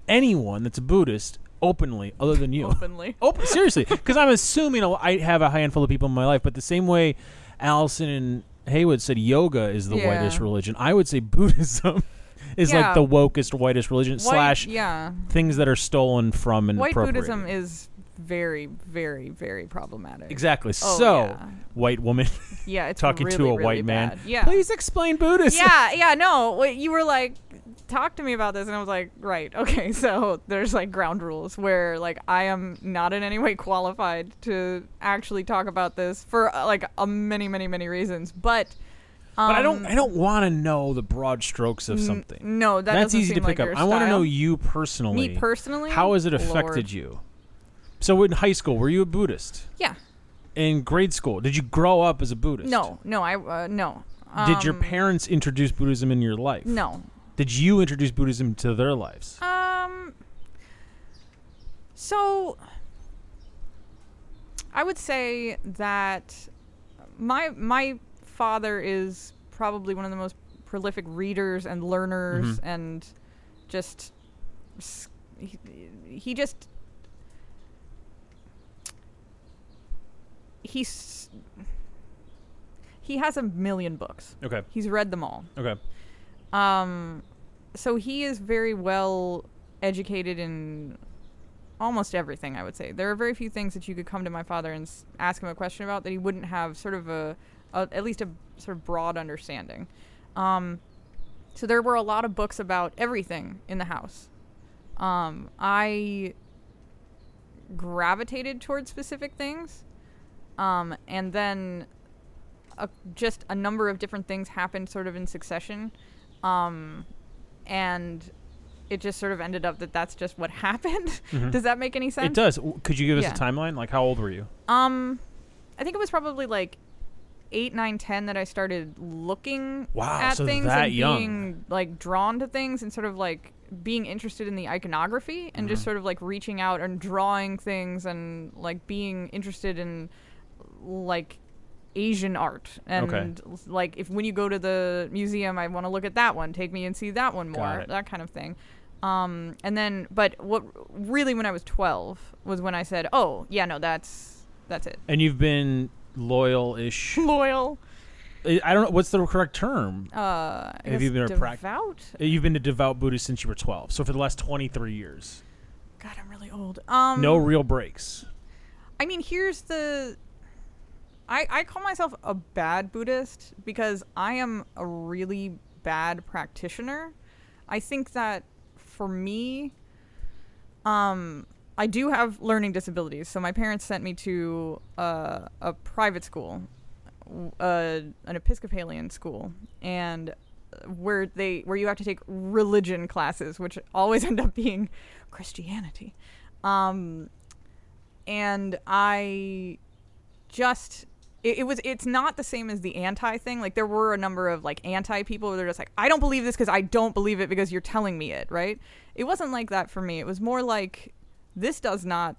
Speaker 1: anyone that's a Buddhist openly other than you.
Speaker 2: Openly.
Speaker 1: Open, seriously, because I'm assuming a- I have a handful of people in my life, but the same way Allison and Haywood said yoga is the
Speaker 2: Yeah.
Speaker 1: whitest religion, I would say Buddhism is
Speaker 2: Yeah.
Speaker 1: like the wokest, whitest religion,
Speaker 2: White-
Speaker 1: slash
Speaker 2: yeah.
Speaker 1: things that are stolen from and
Speaker 2: White
Speaker 1: appropriated.
Speaker 2: Buddhism is very, very, very problematic.
Speaker 1: Exactly.
Speaker 2: Oh,
Speaker 1: so,
Speaker 2: yeah.
Speaker 1: white woman
Speaker 2: Yeah, it's
Speaker 1: talking to
Speaker 2: really,
Speaker 1: a
Speaker 2: really
Speaker 1: white man.
Speaker 2: bad. Yeah.
Speaker 1: Please explain Buddhism.
Speaker 2: yeah, yeah, no. Wait, you were like, talk to me about this, and I was like, right, okay. So there's like ground rules where like I am not in any way qualified to actually talk about this for uh, like a many, many, many reasons. But um,
Speaker 1: But I don't. I don't want to know the broad strokes of something.
Speaker 2: no, that
Speaker 1: That's
Speaker 2: doesn't
Speaker 1: easy to
Speaker 2: seem like
Speaker 1: pick up.
Speaker 2: your
Speaker 1: I want to know
Speaker 2: style.
Speaker 1: you personally.
Speaker 2: me personally.
Speaker 1: How has it affected
Speaker 2: Lord.
Speaker 1: you? So in high school, were you a Buddhist?
Speaker 2: Yeah.
Speaker 1: In grade school, did you grow up as a Buddhist?
Speaker 2: No, no, I uh, no.
Speaker 1: Did your
Speaker 2: Um,
Speaker 1: parents introduce Buddhism in your life?
Speaker 2: No,
Speaker 1: Did you introduce Buddhism to their lives?
Speaker 2: Um. So, I would say that my my father is probably one of the most prolific readers and learners,
Speaker 1: Mhm.
Speaker 2: and just s- he, he just he's he has a million books.
Speaker 1: Okay.
Speaker 2: He's read them all.
Speaker 1: Okay.
Speaker 2: Um, so he is very well educated in almost everything. I would say there are very few things that you could come to my father and s- ask him a question about that he wouldn't have sort of a, a at least a sort of broad understanding. Um, so there were a lot of books about everything in the house. Um, I gravitated towards specific things, um, and then a, just a number of different things happened sort of in succession um, and it just sort of ended up that that's just what happened does that make any sense
Speaker 1: It does. W- Could you give us
Speaker 2: Yeah.
Speaker 1: a timeline? Like, how old were you?
Speaker 2: um i think it was probably like eight nine ten that i started looking
Speaker 1: Wow,
Speaker 2: at
Speaker 1: so
Speaker 2: things
Speaker 1: that
Speaker 2: and
Speaker 1: young.
Speaker 2: being like drawn to things and sort of like being interested in the iconography
Speaker 1: Mm-hmm.
Speaker 2: and just sort of like reaching out and drawing things and like being interested in like Asian art and
Speaker 1: Okay.
Speaker 2: l- like if when you go to the museum, I want to look at that one. Take me and see that one
Speaker 1: Got
Speaker 2: more.
Speaker 1: it.
Speaker 2: That kind of thing. Um, and then, but what really when I was twelve was when I said, "Oh yeah, no, that's that's it."
Speaker 1: And you've been loyal-ish.
Speaker 2: Loyal.
Speaker 1: I I don't know what's the correct term.
Speaker 2: Uh, I
Speaker 1: Have you
Speaker 2: guess
Speaker 1: been a prac-
Speaker 2: devout?
Speaker 1: You've been a devout Buddhist since you were 12. So for the last 23 years,
Speaker 2: God, I'm really old. Um,
Speaker 1: no real breaks.
Speaker 2: I mean, here's the. I, I call myself a bad Buddhist because I am a really bad practitioner. I think that for me, um, I do have learning disabilities. So my parents sent me to uh, a private school, w- uh, an Episcopalian school, and where they where you have to take religion classes, which always end up being Christianity. Um, and I just it, it was it's not the same as the anti thing. Like there were a number of like anti people where they're just like, I don't believe this because I don't believe it because you're telling me it, right? It wasn't like that for me. It was more like this does not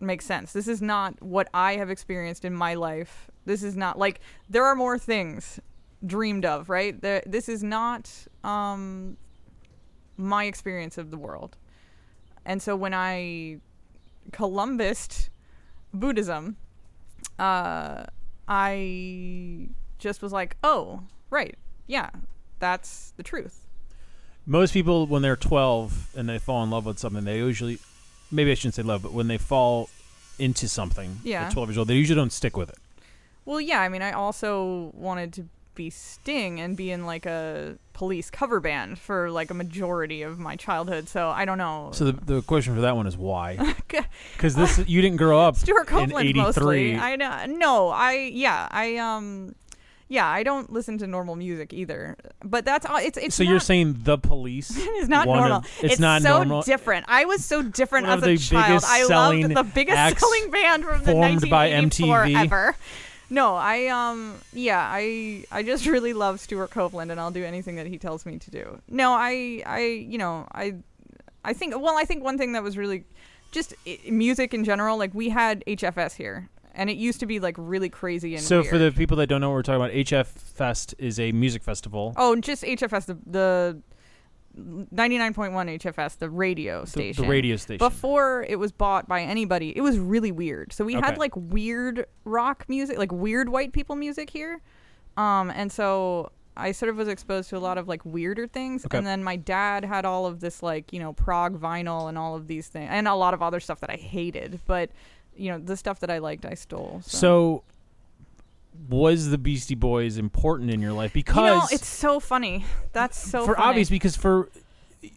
Speaker 2: make sense. This is not what I have experienced in my life. This is not like there are more things dreamed of, right? There, this is not um, my experience of the world. And so when I Columbus Buddhism, uh, I just was like, oh, right, yeah, that's the truth.
Speaker 1: most people when they're 12 and they fall in love with something they usually maybe i shouldn't say love but when they fall into something
Speaker 2: Yeah.
Speaker 1: at 12 years old they usually don't stick with it
Speaker 2: Well, yeah, I mean, I also wanted to be Sting and be in like a police cover band for like a majority of my childhood, so I don't know.
Speaker 1: so the, the question for that one is why because this you didn't grow up
Speaker 2: Stuart Copeland
Speaker 1: in 83
Speaker 2: mostly. I know. No, I yeah, I um, yeah, I don't listen to normal music either. But that's all. It's it's
Speaker 1: so you're
Speaker 2: not-
Speaker 1: saying the police
Speaker 2: It's not
Speaker 1: one of-
Speaker 2: normal.
Speaker 1: it's, not
Speaker 2: so
Speaker 1: normal
Speaker 2: different. I was so different
Speaker 1: One
Speaker 2: as
Speaker 1: of
Speaker 2: a
Speaker 1: the
Speaker 2: child.
Speaker 1: biggest
Speaker 2: I
Speaker 1: selling
Speaker 2: loved the biggest
Speaker 1: acts
Speaker 2: selling band from the
Speaker 1: formed by
Speaker 2: 1984
Speaker 1: MTV.
Speaker 2: ever. No, I um yeah, I I just really love Stuart Copeland and I'll do anything that he tells me to do. No, I I you know, I I think well, I think one thing that was really just i- music in general, like we had HFS here and it used to be like really crazy and
Speaker 1: So for
Speaker 2: weird.
Speaker 1: the people that don't know what we're talking about, HF Fest is a music festival.
Speaker 2: Oh, and just HFS the the 99.1 HFS the radio
Speaker 1: the,
Speaker 2: station.
Speaker 1: the radio station.
Speaker 2: Before it was bought by anybody, it was really weird. So we
Speaker 1: Okay.
Speaker 2: had like weird rock music, like weird white people music here. Um, and so I sort of was exposed to a lot of like weirder things.
Speaker 1: Okay.
Speaker 2: And then my dad had all of this like, you know, prog vinyl and all of these things and a lot of other stuff that I hated. But, you know, the stuff that I liked, I stole. So.
Speaker 1: so was the Beastie Boys important in your life?
Speaker 2: you
Speaker 1: Because
Speaker 2: know, it's so funny. That's so
Speaker 1: for
Speaker 2: funny.
Speaker 1: obvious because for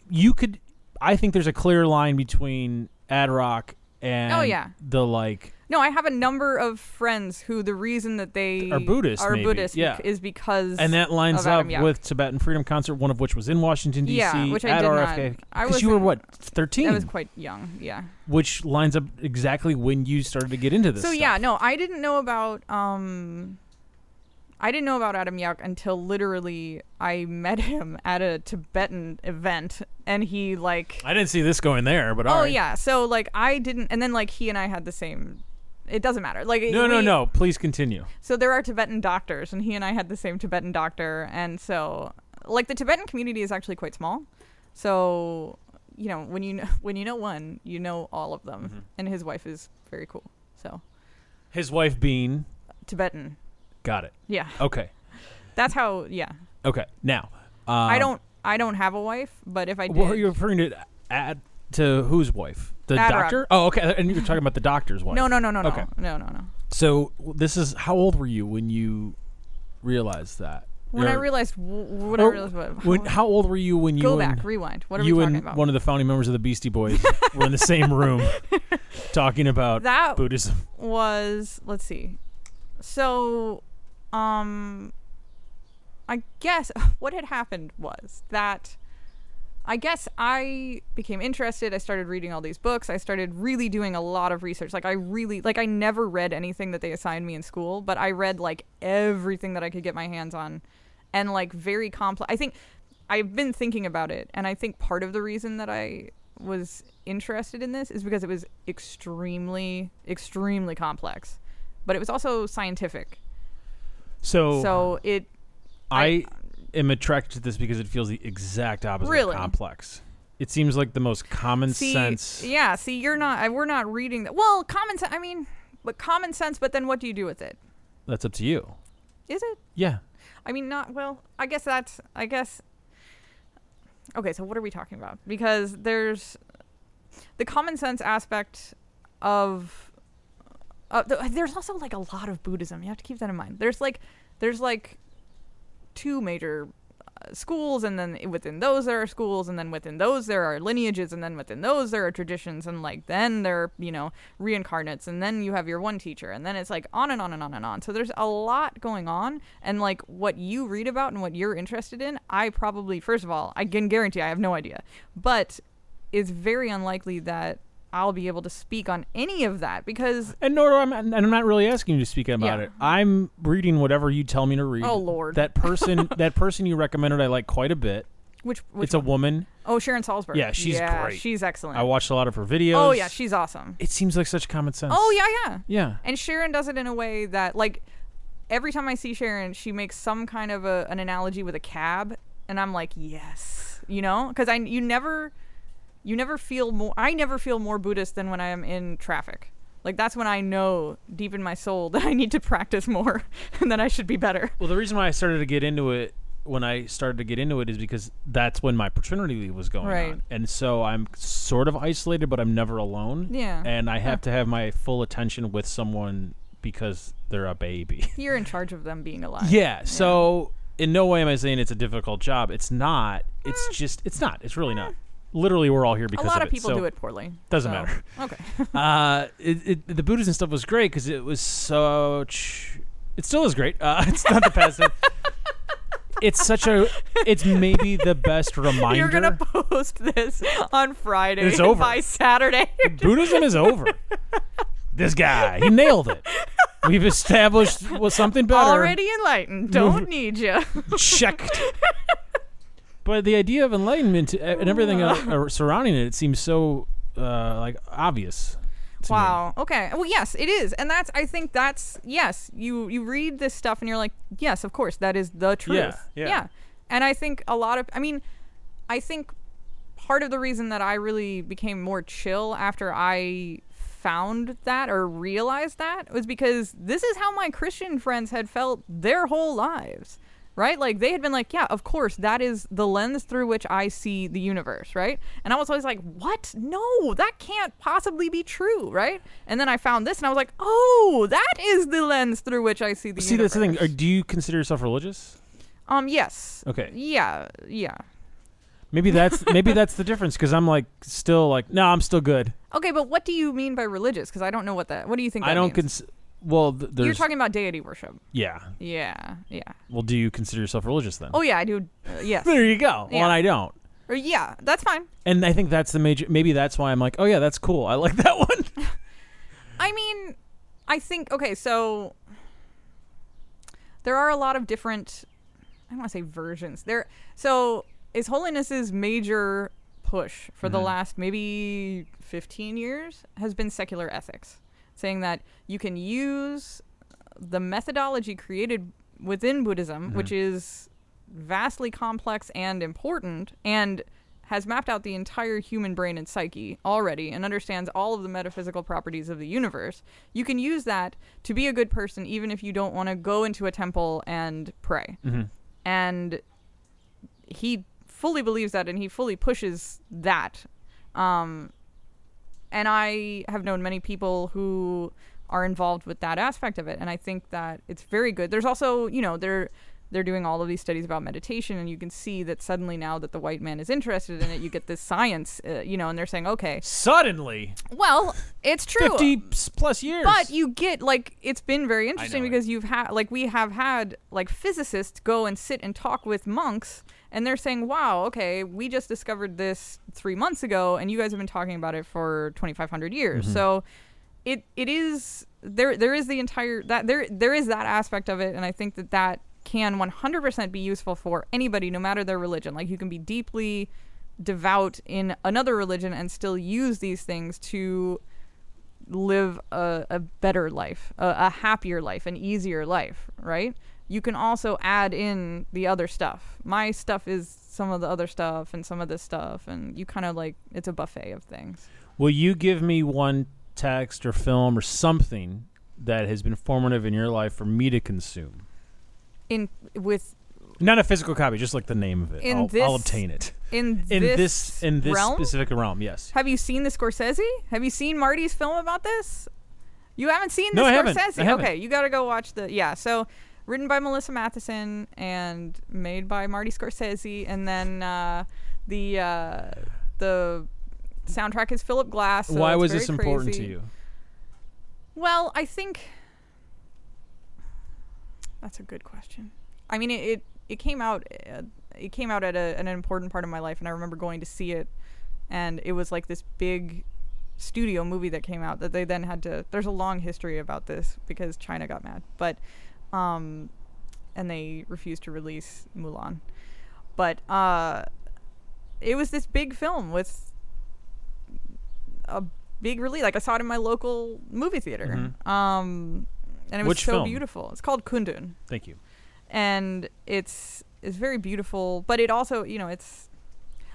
Speaker 1: you could I think there's a clear line between ad rock and
Speaker 2: Oh, yeah.
Speaker 1: the like
Speaker 2: No, I have a number of friends who the reason that they
Speaker 1: Are Buddhist,
Speaker 2: are
Speaker 1: maybe.
Speaker 2: Buddhist bec-
Speaker 1: Yeah.
Speaker 2: is because
Speaker 1: and that lines
Speaker 2: of
Speaker 1: up
Speaker 2: Adam Yauch.
Speaker 1: with Tibetan Freedom Concert, one of which was in Washington D.C.
Speaker 2: yeah, which I
Speaker 1: at
Speaker 2: did
Speaker 1: RFK.
Speaker 2: not. I
Speaker 1: Because
Speaker 2: was
Speaker 1: you were what thirteen,
Speaker 2: I was quite young. Yeah.
Speaker 1: which lines up exactly when you started to get into this.
Speaker 2: So
Speaker 1: stuff.
Speaker 2: yeah, no, I didn't know about um, I didn't know about Adam Yauch until literally I met him at a Tibetan event, and he like
Speaker 1: I didn't see this going there, but all
Speaker 2: oh
Speaker 1: right.
Speaker 2: yeah, so like I didn't, and then like he and I had the same. It doesn't matter. Like
Speaker 1: No, no,
Speaker 2: we-
Speaker 1: no. Please continue.
Speaker 2: so there are Tibetan doctors, and he and I had the same Tibetan doctor, and so like the Tibetan community is actually quite small. So you know when you know, when you know one, you know all of them,
Speaker 1: Mm-hmm.
Speaker 2: and his wife is very cool. So
Speaker 1: His wife being
Speaker 2: Tibetan,
Speaker 1: got it.
Speaker 2: yeah,
Speaker 1: Okay,
Speaker 2: that's how. Yeah,
Speaker 1: okay. Now um,
Speaker 2: I don't I don't have a wife, but if I did,
Speaker 1: What are you referring to? Ad to whose wife? The
Speaker 2: Ad rock.
Speaker 1: doctor? Oh, okay. And you're talking about the doctor's wife.
Speaker 2: no, no, no, no,
Speaker 1: Okay.
Speaker 2: no, no, no, no.
Speaker 1: So w- this is how old were you when you realized that?
Speaker 2: When I
Speaker 1: Or-
Speaker 2: realized, w- when I
Speaker 1: or
Speaker 2: realized, what,
Speaker 1: Oh, when, how old were you when you
Speaker 2: go
Speaker 1: and,
Speaker 2: back, rewind. What are
Speaker 1: you
Speaker 2: we talking
Speaker 1: and
Speaker 2: about?
Speaker 1: one of the founding members of the Beastie Boys were in the same room talking about
Speaker 2: that
Speaker 1: Buddhism?
Speaker 2: was let's see. So um I guess what had happened was that I guess I became interested. I started reading all these books. I started really doing a lot of research. Like I really like I never read anything that they assigned me in school, but I read like everything that I could get my hands on and like very complex. I think I've been thinking about it and I think part of the reason that I was interested in this is because it was extremely extremely complex, but it was also scientific.
Speaker 1: So,
Speaker 2: So it
Speaker 1: I, am attracted to this because it feels the exact opposite
Speaker 2: Really?
Speaker 1: of complex. It seems like the most common
Speaker 2: see,
Speaker 1: sense.
Speaker 2: Yeah, see, you're not. I, we're not reading that. Well, common sense. I mean, but common sense. But then, what do you do with it?
Speaker 1: That's up to you.
Speaker 2: Is it?
Speaker 1: Yeah.
Speaker 2: I mean, not. Well, I guess that's. I guess. Okay, so what are we talking about? Because there's the common sense aspect of. Uh, th- there's also like a lot of Buddhism. You have to keep that in mind. There's like, there's like, two major uh, schools, and then within those there are schools, and then within those there are lineages, and then within those there are traditions, and like then there are you know reincarnates, and then you have your one teacher, and then it's like on and on and on and on. So there's a lot going on, and like what you read about and what you're interested in, I probably first of all I can guarantee I have no idea, but it's very unlikely that I'll be able to speak on any of that because
Speaker 1: And nor do I'm, and I'm not really asking you to speak about
Speaker 2: Yeah.
Speaker 1: it. I'm reading whatever you tell me to read.
Speaker 2: Oh, Lord.
Speaker 1: That person, that person you recommended, I like quite a bit.
Speaker 2: which, which
Speaker 1: it's a woman.
Speaker 2: oh Sharon Salzberg
Speaker 1: Yeah, she's great.
Speaker 2: she's excellent
Speaker 1: I watched a lot of her videos.
Speaker 2: oh yeah she's awesome
Speaker 1: It seems like such common sense.
Speaker 2: oh yeah yeah
Speaker 1: Yeah.
Speaker 2: And Sharon does it in a way that like every time I see Sharon, she makes some kind of a, an analogy with a cab, and I'm like, yes, you know, because I you never you never feel more I never feel more Buddhist than when I am in traffic. Like that's when I know deep in my soul that I need to practice more and that I should be better.
Speaker 1: Well, the reason why I started to get into it when I started to get into it is because that's when my paternity leave was going
Speaker 2: Right.
Speaker 1: on, and so I'm sort of isolated, but I'm never alone.
Speaker 2: Yeah.
Speaker 1: And I have to have my full attention with someone because they're a baby.
Speaker 2: You're in charge of them being alive.
Speaker 1: Yeah. So in no way am I saying it's a difficult job. It's not. It's just. It's not. It's really not. Literally, we're all here
Speaker 2: Mm. A
Speaker 1: because
Speaker 2: lot
Speaker 1: of,
Speaker 2: of people
Speaker 1: it. so
Speaker 2: do it poorly.
Speaker 1: Doesn't
Speaker 2: so-
Speaker 1: matter.
Speaker 2: Okay.
Speaker 1: Uh, it, it, the Buddhism stuff was great because it was such. It still is great. Uh, it's not the past. tense. It's such a. It's maybe the best reminder.
Speaker 2: You're gonna post this on Friday.
Speaker 1: It's over.
Speaker 2: by Saturday.
Speaker 1: Buddhism is over. this guy, he nailed it. We've established well, something better.
Speaker 2: Already enlightened. Don't need you.
Speaker 1: checked. but the idea of enlightenment a- and everything uh, uh, surrounding it, it seems so uh, like obvious. to me.
Speaker 2: Wow. Okay. Well, yes, it is, and that's. I think that's. Yes, you you read this stuff and you're like, yes, of course, that is the truth.
Speaker 1: yeah.
Speaker 2: And I think a lot of. I mean, I think part of the reason that I really became more chill after I found that or realized that was because this is how my Christian friends had felt their whole lives. Right? Like they had been like, yeah, of course, that is the lens through which I see the universe, right? And I was always like, what? No, that can't possibly be true, right? And then I found this and I was like, oh, that is the lens through which I see the
Speaker 1: See,
Speaker 2: universe.
Speaker 1: that's the thing. Uh, do you consider yourself religious?
Speaker 2: Um, yes.
Speaker 1: Okay.
Speaker 2: Yeah, yeah.
Speaker 1: Maybe that's maybe that's the difference because I'm like still like no, I'm still good.
Speaker 2: Okay, but what do you mean by religious? Because I don't know what that. What do you think?
Speaker 1: I
Speaker 2: that
Speaker 1: don't
Speaker 2: means?
Speaker 1: cons. Well, th- there's
Speaker 2: You're talking about deity worship.
Speaker 1: yeah.
Speaker 2: Yeah, yeah.
Speaker 1: Well, do you consider yourself religious then?
Speaker 2: Oh yeah, I do. Uh, yes.
Speaker 1: there you go.
Speaker 2: Yeah.
Speaker 1: Well, and I don't.
Speaker 2: or yeah, that's fine.
Speaker 1: And I think that's the major. Maybe that's why I'm like, oh yeah, that's cool. I like that one.
Speaker 2: I mean, I think okay, so there are a lot of different I don't want to say versions. There so is holiness's major push for the last maybe 15 years has been secular ethics, saying that you can use the methodology created within Buddhism, which is vastly complex and important and has mapped out the entire human brain and psyche already and understands all of the metaphysical properties of the universe. You can use that to be a good person even if you don't want to go into a temple and pray. And he fully believes that and he fully pushes that. Um, and I have known many people who are involved with that aspect of it, and I think that it's very good. There's also, you know, they're they're doing all of these studies about meditation, and you can see that suddenly now that the white man is interested in it, you get this science, uh, you know, and they're saying, okay,
Speaker 1: Suddenly,
Speaker 2: well, it's true.
Speaker 1: fifty s- plus years.
Speaker 2: But you get like it's been very interesting
Speaker 1: know it.
Speaker 2: because you've had like we have had like physicists go and sit and talk with monks and they're saying, "Wow, okay, we just discovered this 3 months ago and you guys have been talking about it for 2500 years."
Speaker 1: Mm-hmm.
Speaker 2: So it it is there there is the entire that there there is that aspect of it and I think that that can 100% be useful for anybody no matter their religion. Like you can be deeply devout in another religion and still use these things to live a, a better life, a, a happier life, an easier life, right? You can also add in the other stuff. My stuff is some of the other stuff and some of this stuff, and you kind of like it's a buffet of things.
Speaker 1: Will you give me one text or film or something that has been formative in your life for me to consume?
Speaker 2: In with
Speaker 1: Not a physical copy, just like the name of it.
Speaker 2: In
Speaker 1: I'll, I'll
Speaker 2: this-
Speaker 1: obtain it.
Speaker 2: in
Speaker 1: In this,
Speaker 2: this
Speaker 1: in this
Speaker 2: realm?
Speaker 1: specific realm, yes.
Speaker 2: Have you seen the Scorsese? Have you seen Marty's film about this? You haven't seen the
Speaker 1: No, I
Speaker 2: Scorsese?
Speaker 1: haven't. I haven't.
Speaker 2: Okay, you got to go watch the yeah. So written by Melissa Matheson and made by Marty Scorsese, and then uh, the uh, the soundtrack is Philip Glass. so
Speaker 1: Why
Speaker 2: it's
Speaker 1: was
Speaker 2: very
Speaker 1: this important
Speaker 2: crazy.
Speaker 1: to you?
Speaker 2: Well, I think that's a good question. I mean, it it, it came out uh, it came out at a, an important part of my life, and I remember going to see it, and it was like this big studio movie that came out that they then had to. There's a long history about this because China got mad, but um, and they refused to release Mulan, but uh, it was this big film with a big release. Like I saw it in my local movie theater. Um, and it was
Speaker 1: Mm-hmm. Which
Speaker 2: so
Speaker 1: film?
Speaker 2: beautiful. It's called Kundun,
Speaker 1: Thank you.
Speaker 2: and it's it's very beautiful. But it also, you know, it's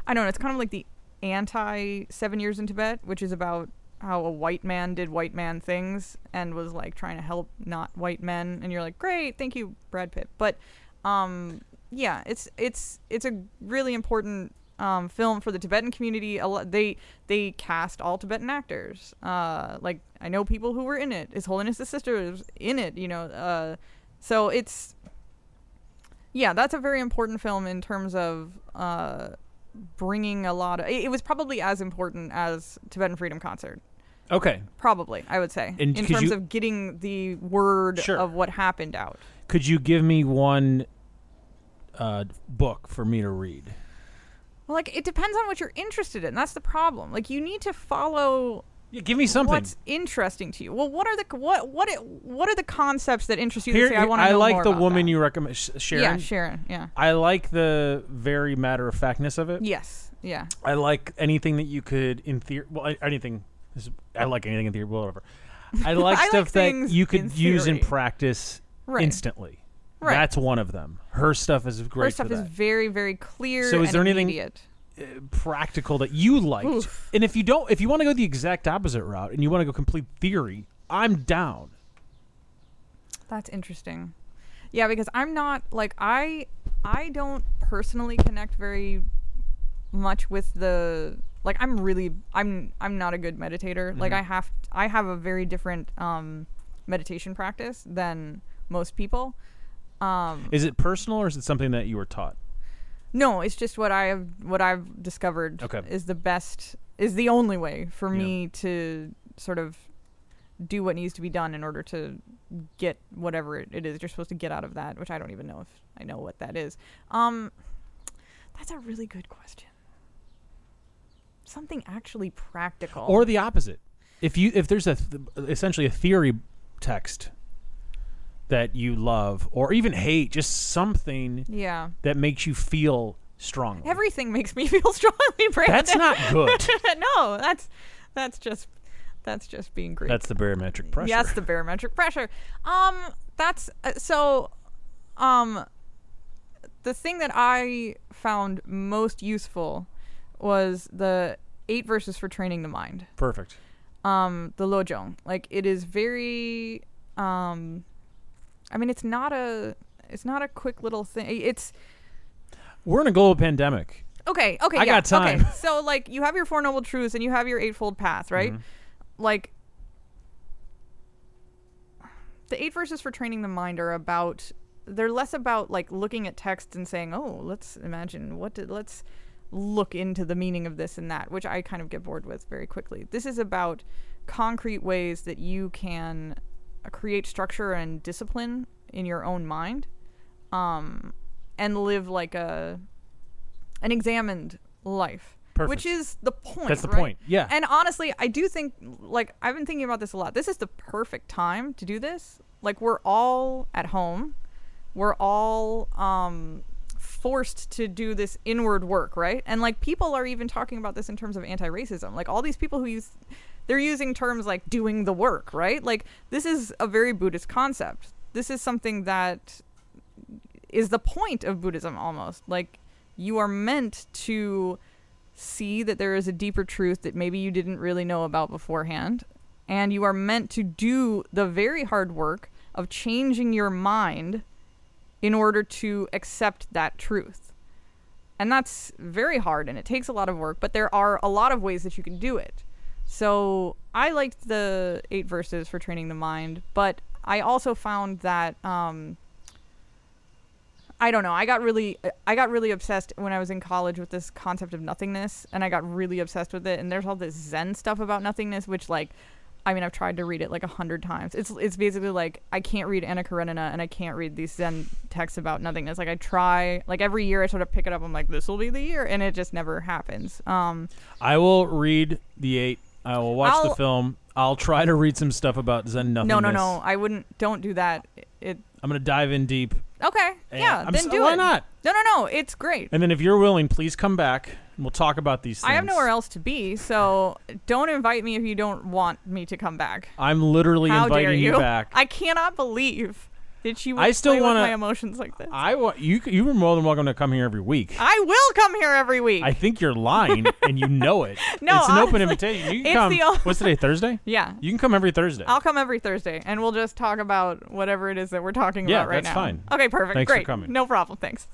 Speaker 2: I don't know. It's kind of like the anti Seven Years in Tibet, which is about how a white man did white man things and was like trying to help not white men. And you're like, great, thank you, Brad Pitt. But um, yeah, it's it's it's a really important um, film for the Tibetan community. A lot, they they cast all Tibetan actors. Uh, like I know people who were in it. His Holiness the Sister was in it. You know, uh, so it's yeah, that's a very important film in terms of uh, bringing a lot of. It, it was probably as important as Tibetan Freedom Concert.
Speaker 1: Okay.
Speaker 2: Probably, I would say,
Speaker 1: And
Speaker 2: in
Speaker 1: could
Speaker 2: terms
Speaker 1: you-
Speaker 2: of getting the word
Speaker 1: Sure.
Speaker 2: of what happened out.
Speaker 1: Could you give me one uh, book for me to read?
Speaker 2: Well, like it depends on what you're interested in. That's the problem. Like you need to follow
Speaker 1: Yeah, give me something.
Speaker 2: What's interesting to you? Well, what are the what what it, what are the concepts that interest you?
Speaker 1: Here,
Speaker 2: that say, I want to. know
Speaker 1: like
Speaker 2: more
Speaker 1: the
Speaker 2: about
Speaker 1: woman
Speaker 2: that."
Speaker 1: you recommend, Sh- Sharon.
Speaker 2: Yeah, Sharon. Yeah.
Speaker 1: I like the very matter of factness of it.
Speaker 2: Yes. Yeah.
Speaker 1: I like anything that you could, in theory, well, I- anything. this is- I like anything in theory, whatever. I like
Speaker 2: I
Speaker 1: stuff
Speaker 2: like
Speaker 1: that
Speaker 2: things
Speaker 1: you could
Speaker 2: in
Speaker 1: use in
Speaker 2: theory.
Speaker 1: practice
Speaker 2: Right.
Speaker 1: instantly.
Speaker 2: Right.
Speaker 1: That's one of them. Her stuff is great.
Speaker 2: Her stuff
Speaker 1: for
Speaker 2: is
Speaker 1: that.
Speaker 2: very very clear.
Speaker 1: So is
Speaker 2: and
Speaker 1: there anything-
Speaker 2: immediate.
Speaker 1: practical that you liked.
Speaker 2: Oof.
Speaker 1: And if you don't, if you want to go the exact opposite route and you want to go complete theory, I'm down.
Speaker 2: That's interesting. Yeah, because I'm not like I I don't personally connect very much with the like I'm really I'm I'm not a good meditator. Like I have I have a very different um meditation practice than most people. Um
Speaker 1: Is it personal or is it something that you were taught?
Speaker 2: no, it's just what I have what I've discovered
Speaker 1: Okay.
Speaker 2: is the best is the only way for
Speaker 1: Yeah.
Speaker 2: me to sort of do what needs to be done in order to get whatever it, it is you're supposed to get out of that, which I don't even know if I know what that is. Um that's a really good question. Something actually practical.
Speaker 1: Or the opposite? If you if there's a th- essentially a theory text that you love or even hate, just something
Speaker 2: yeah.
Speaker 1: that makes you feel strongly.
Speaker 2: Everything makes me feel strongly Brandon.
Speaker 1: That's not good.
Speaker 2: no, that's that's just that's just being great.
Speaker 1: That's the barometric pressure.
Speaker 2: Yes, the barometric pressure. Um, that's uh, so. Um, the thing that I found most useful was the eight verses for training the mind.
Speaker 1: Perfect.
Speaker 2: Um, the lojong, like it is very. Um, I mean, it's not a. It's not a quick little thing. It's
Speaker 1: We're in a global pandemic.
Speaker 2: Okay, okay,
Speaker 1: I
Speaker 2: yeah.
Speaker 1: got time.
Speaker 2: Okay. So like you have your four noble truths and you have your eightfold path, right?
Speaker 1: Mm-hmm.
Speaker 2: Like the eight verses for training the mind are about they're less about like looking at text and saying, "Oh, let's imagine what did let's look into the meaning of this and that," which I kind of get bored with very quickly. This is about concrete ways that you can uh, create structure and discipline in your own mind um and live like a an examined life.
Speaker 1: Perfect.
Speaker 2: Which is the point.
Speaker 1: That's the
Speaker 2: right?
Speaker 1: point, yeah.
Speaker 2: And honestly, I do think, like, I've been thinking about this a lot. This is the perfect time to do this. Like, we're all at home, we're all um, forced to do this inward work, right? And, like, people are even talking about this in terms of anti racism. Like, all these people who use. They're using terms like doing the work, right? Like, this is a very Buddhist concept. This is something that is the point of Buddhism almost. Like you are meant to see that there is a deeper truth that maybe you didn't really know about beforehand and you are meant to do the very hard work of changing your mind in order to accept that truth. And that's very hard and it takes a lot of work, but there are a lot of ways that you can do it. So I liked the eight verses for training the mind, but I also found that um, I don't know. I got really I got really obsessed when I was in college with this concept of nothingness and I got really obsessed with it and there's all this zen stuff about nothingness which like I mean I've tried to read it like a hundred times. It's it's basically like I can't read Anna Karenina and I can't read these zen texts about nothingness. Like I try like every year I sort of pick it up I'm like this will be the year and it just never happens. Um
Speaker 1: I will read the eight. I will watch the
Speaker 2: I'll-
Speaker 1: film. I'll try to read some stuff about Zen nothingness.
Speaker 2: no no no I wouldn't don't do that. It
Speaker 1: I'm gonna dive in deep.
Speaker 2: okay.
Speaker 1: And
Speaker 2: yeah,
Speaker 1: I'm
Speaker 2: then
Speaker 1: so-
Speaker 2: do
Speaker 1: why
Speaker 2: it.
Speaker 1: not?
Speaker 2: No no no, it's great.
Speaker 1: And then if you're willing, please come back and we'll talk about these things.
Speaker 2: I have nowhere else to be, so don't invite me if you don't want me to come back.
Speaker 1: I'm literally
Speaker 2: How
Speaker 1: inviting
Speaker 2: dare you?
Speaker 1: back. I,
Speaker 2: I cannot believe that you would
Speaker 1: I still
Speaker 2: play with
Speaker 1: wanna-
Speaker 2: my emotions like this. I,
Speaker 1: want you. c- You were more than welcome to come here every week.
Speaker 2: will come here every week.
Speaker 1: I think you're lying, and you know it.
Speaker 2: No,
Speaker 1: it's an open
Speaker 2: honestly,
Speaker 1: invitation. You can
Speaker 2: it's
Speaker 1: come.
Speaker 2: the o-
Speaker 1: what's today? Thursday.
Speaker 2: yeah.
Speaker 1: You can come every Thursday.
Speaker 2: I'll come every Thursday and we'll just talk about whatever it is that we're talking
Speaker 1: Yeah,
Speaker 2: about right
Speaker 1: that's
Speaker 2: now.
Speaker 1: fine.
Speaker 2: Okay, perfect.
Speaker 1: Thanks for
Speaker 2: Great.
Speaker 1: coming.
Speaker 2: No problem. Thanks.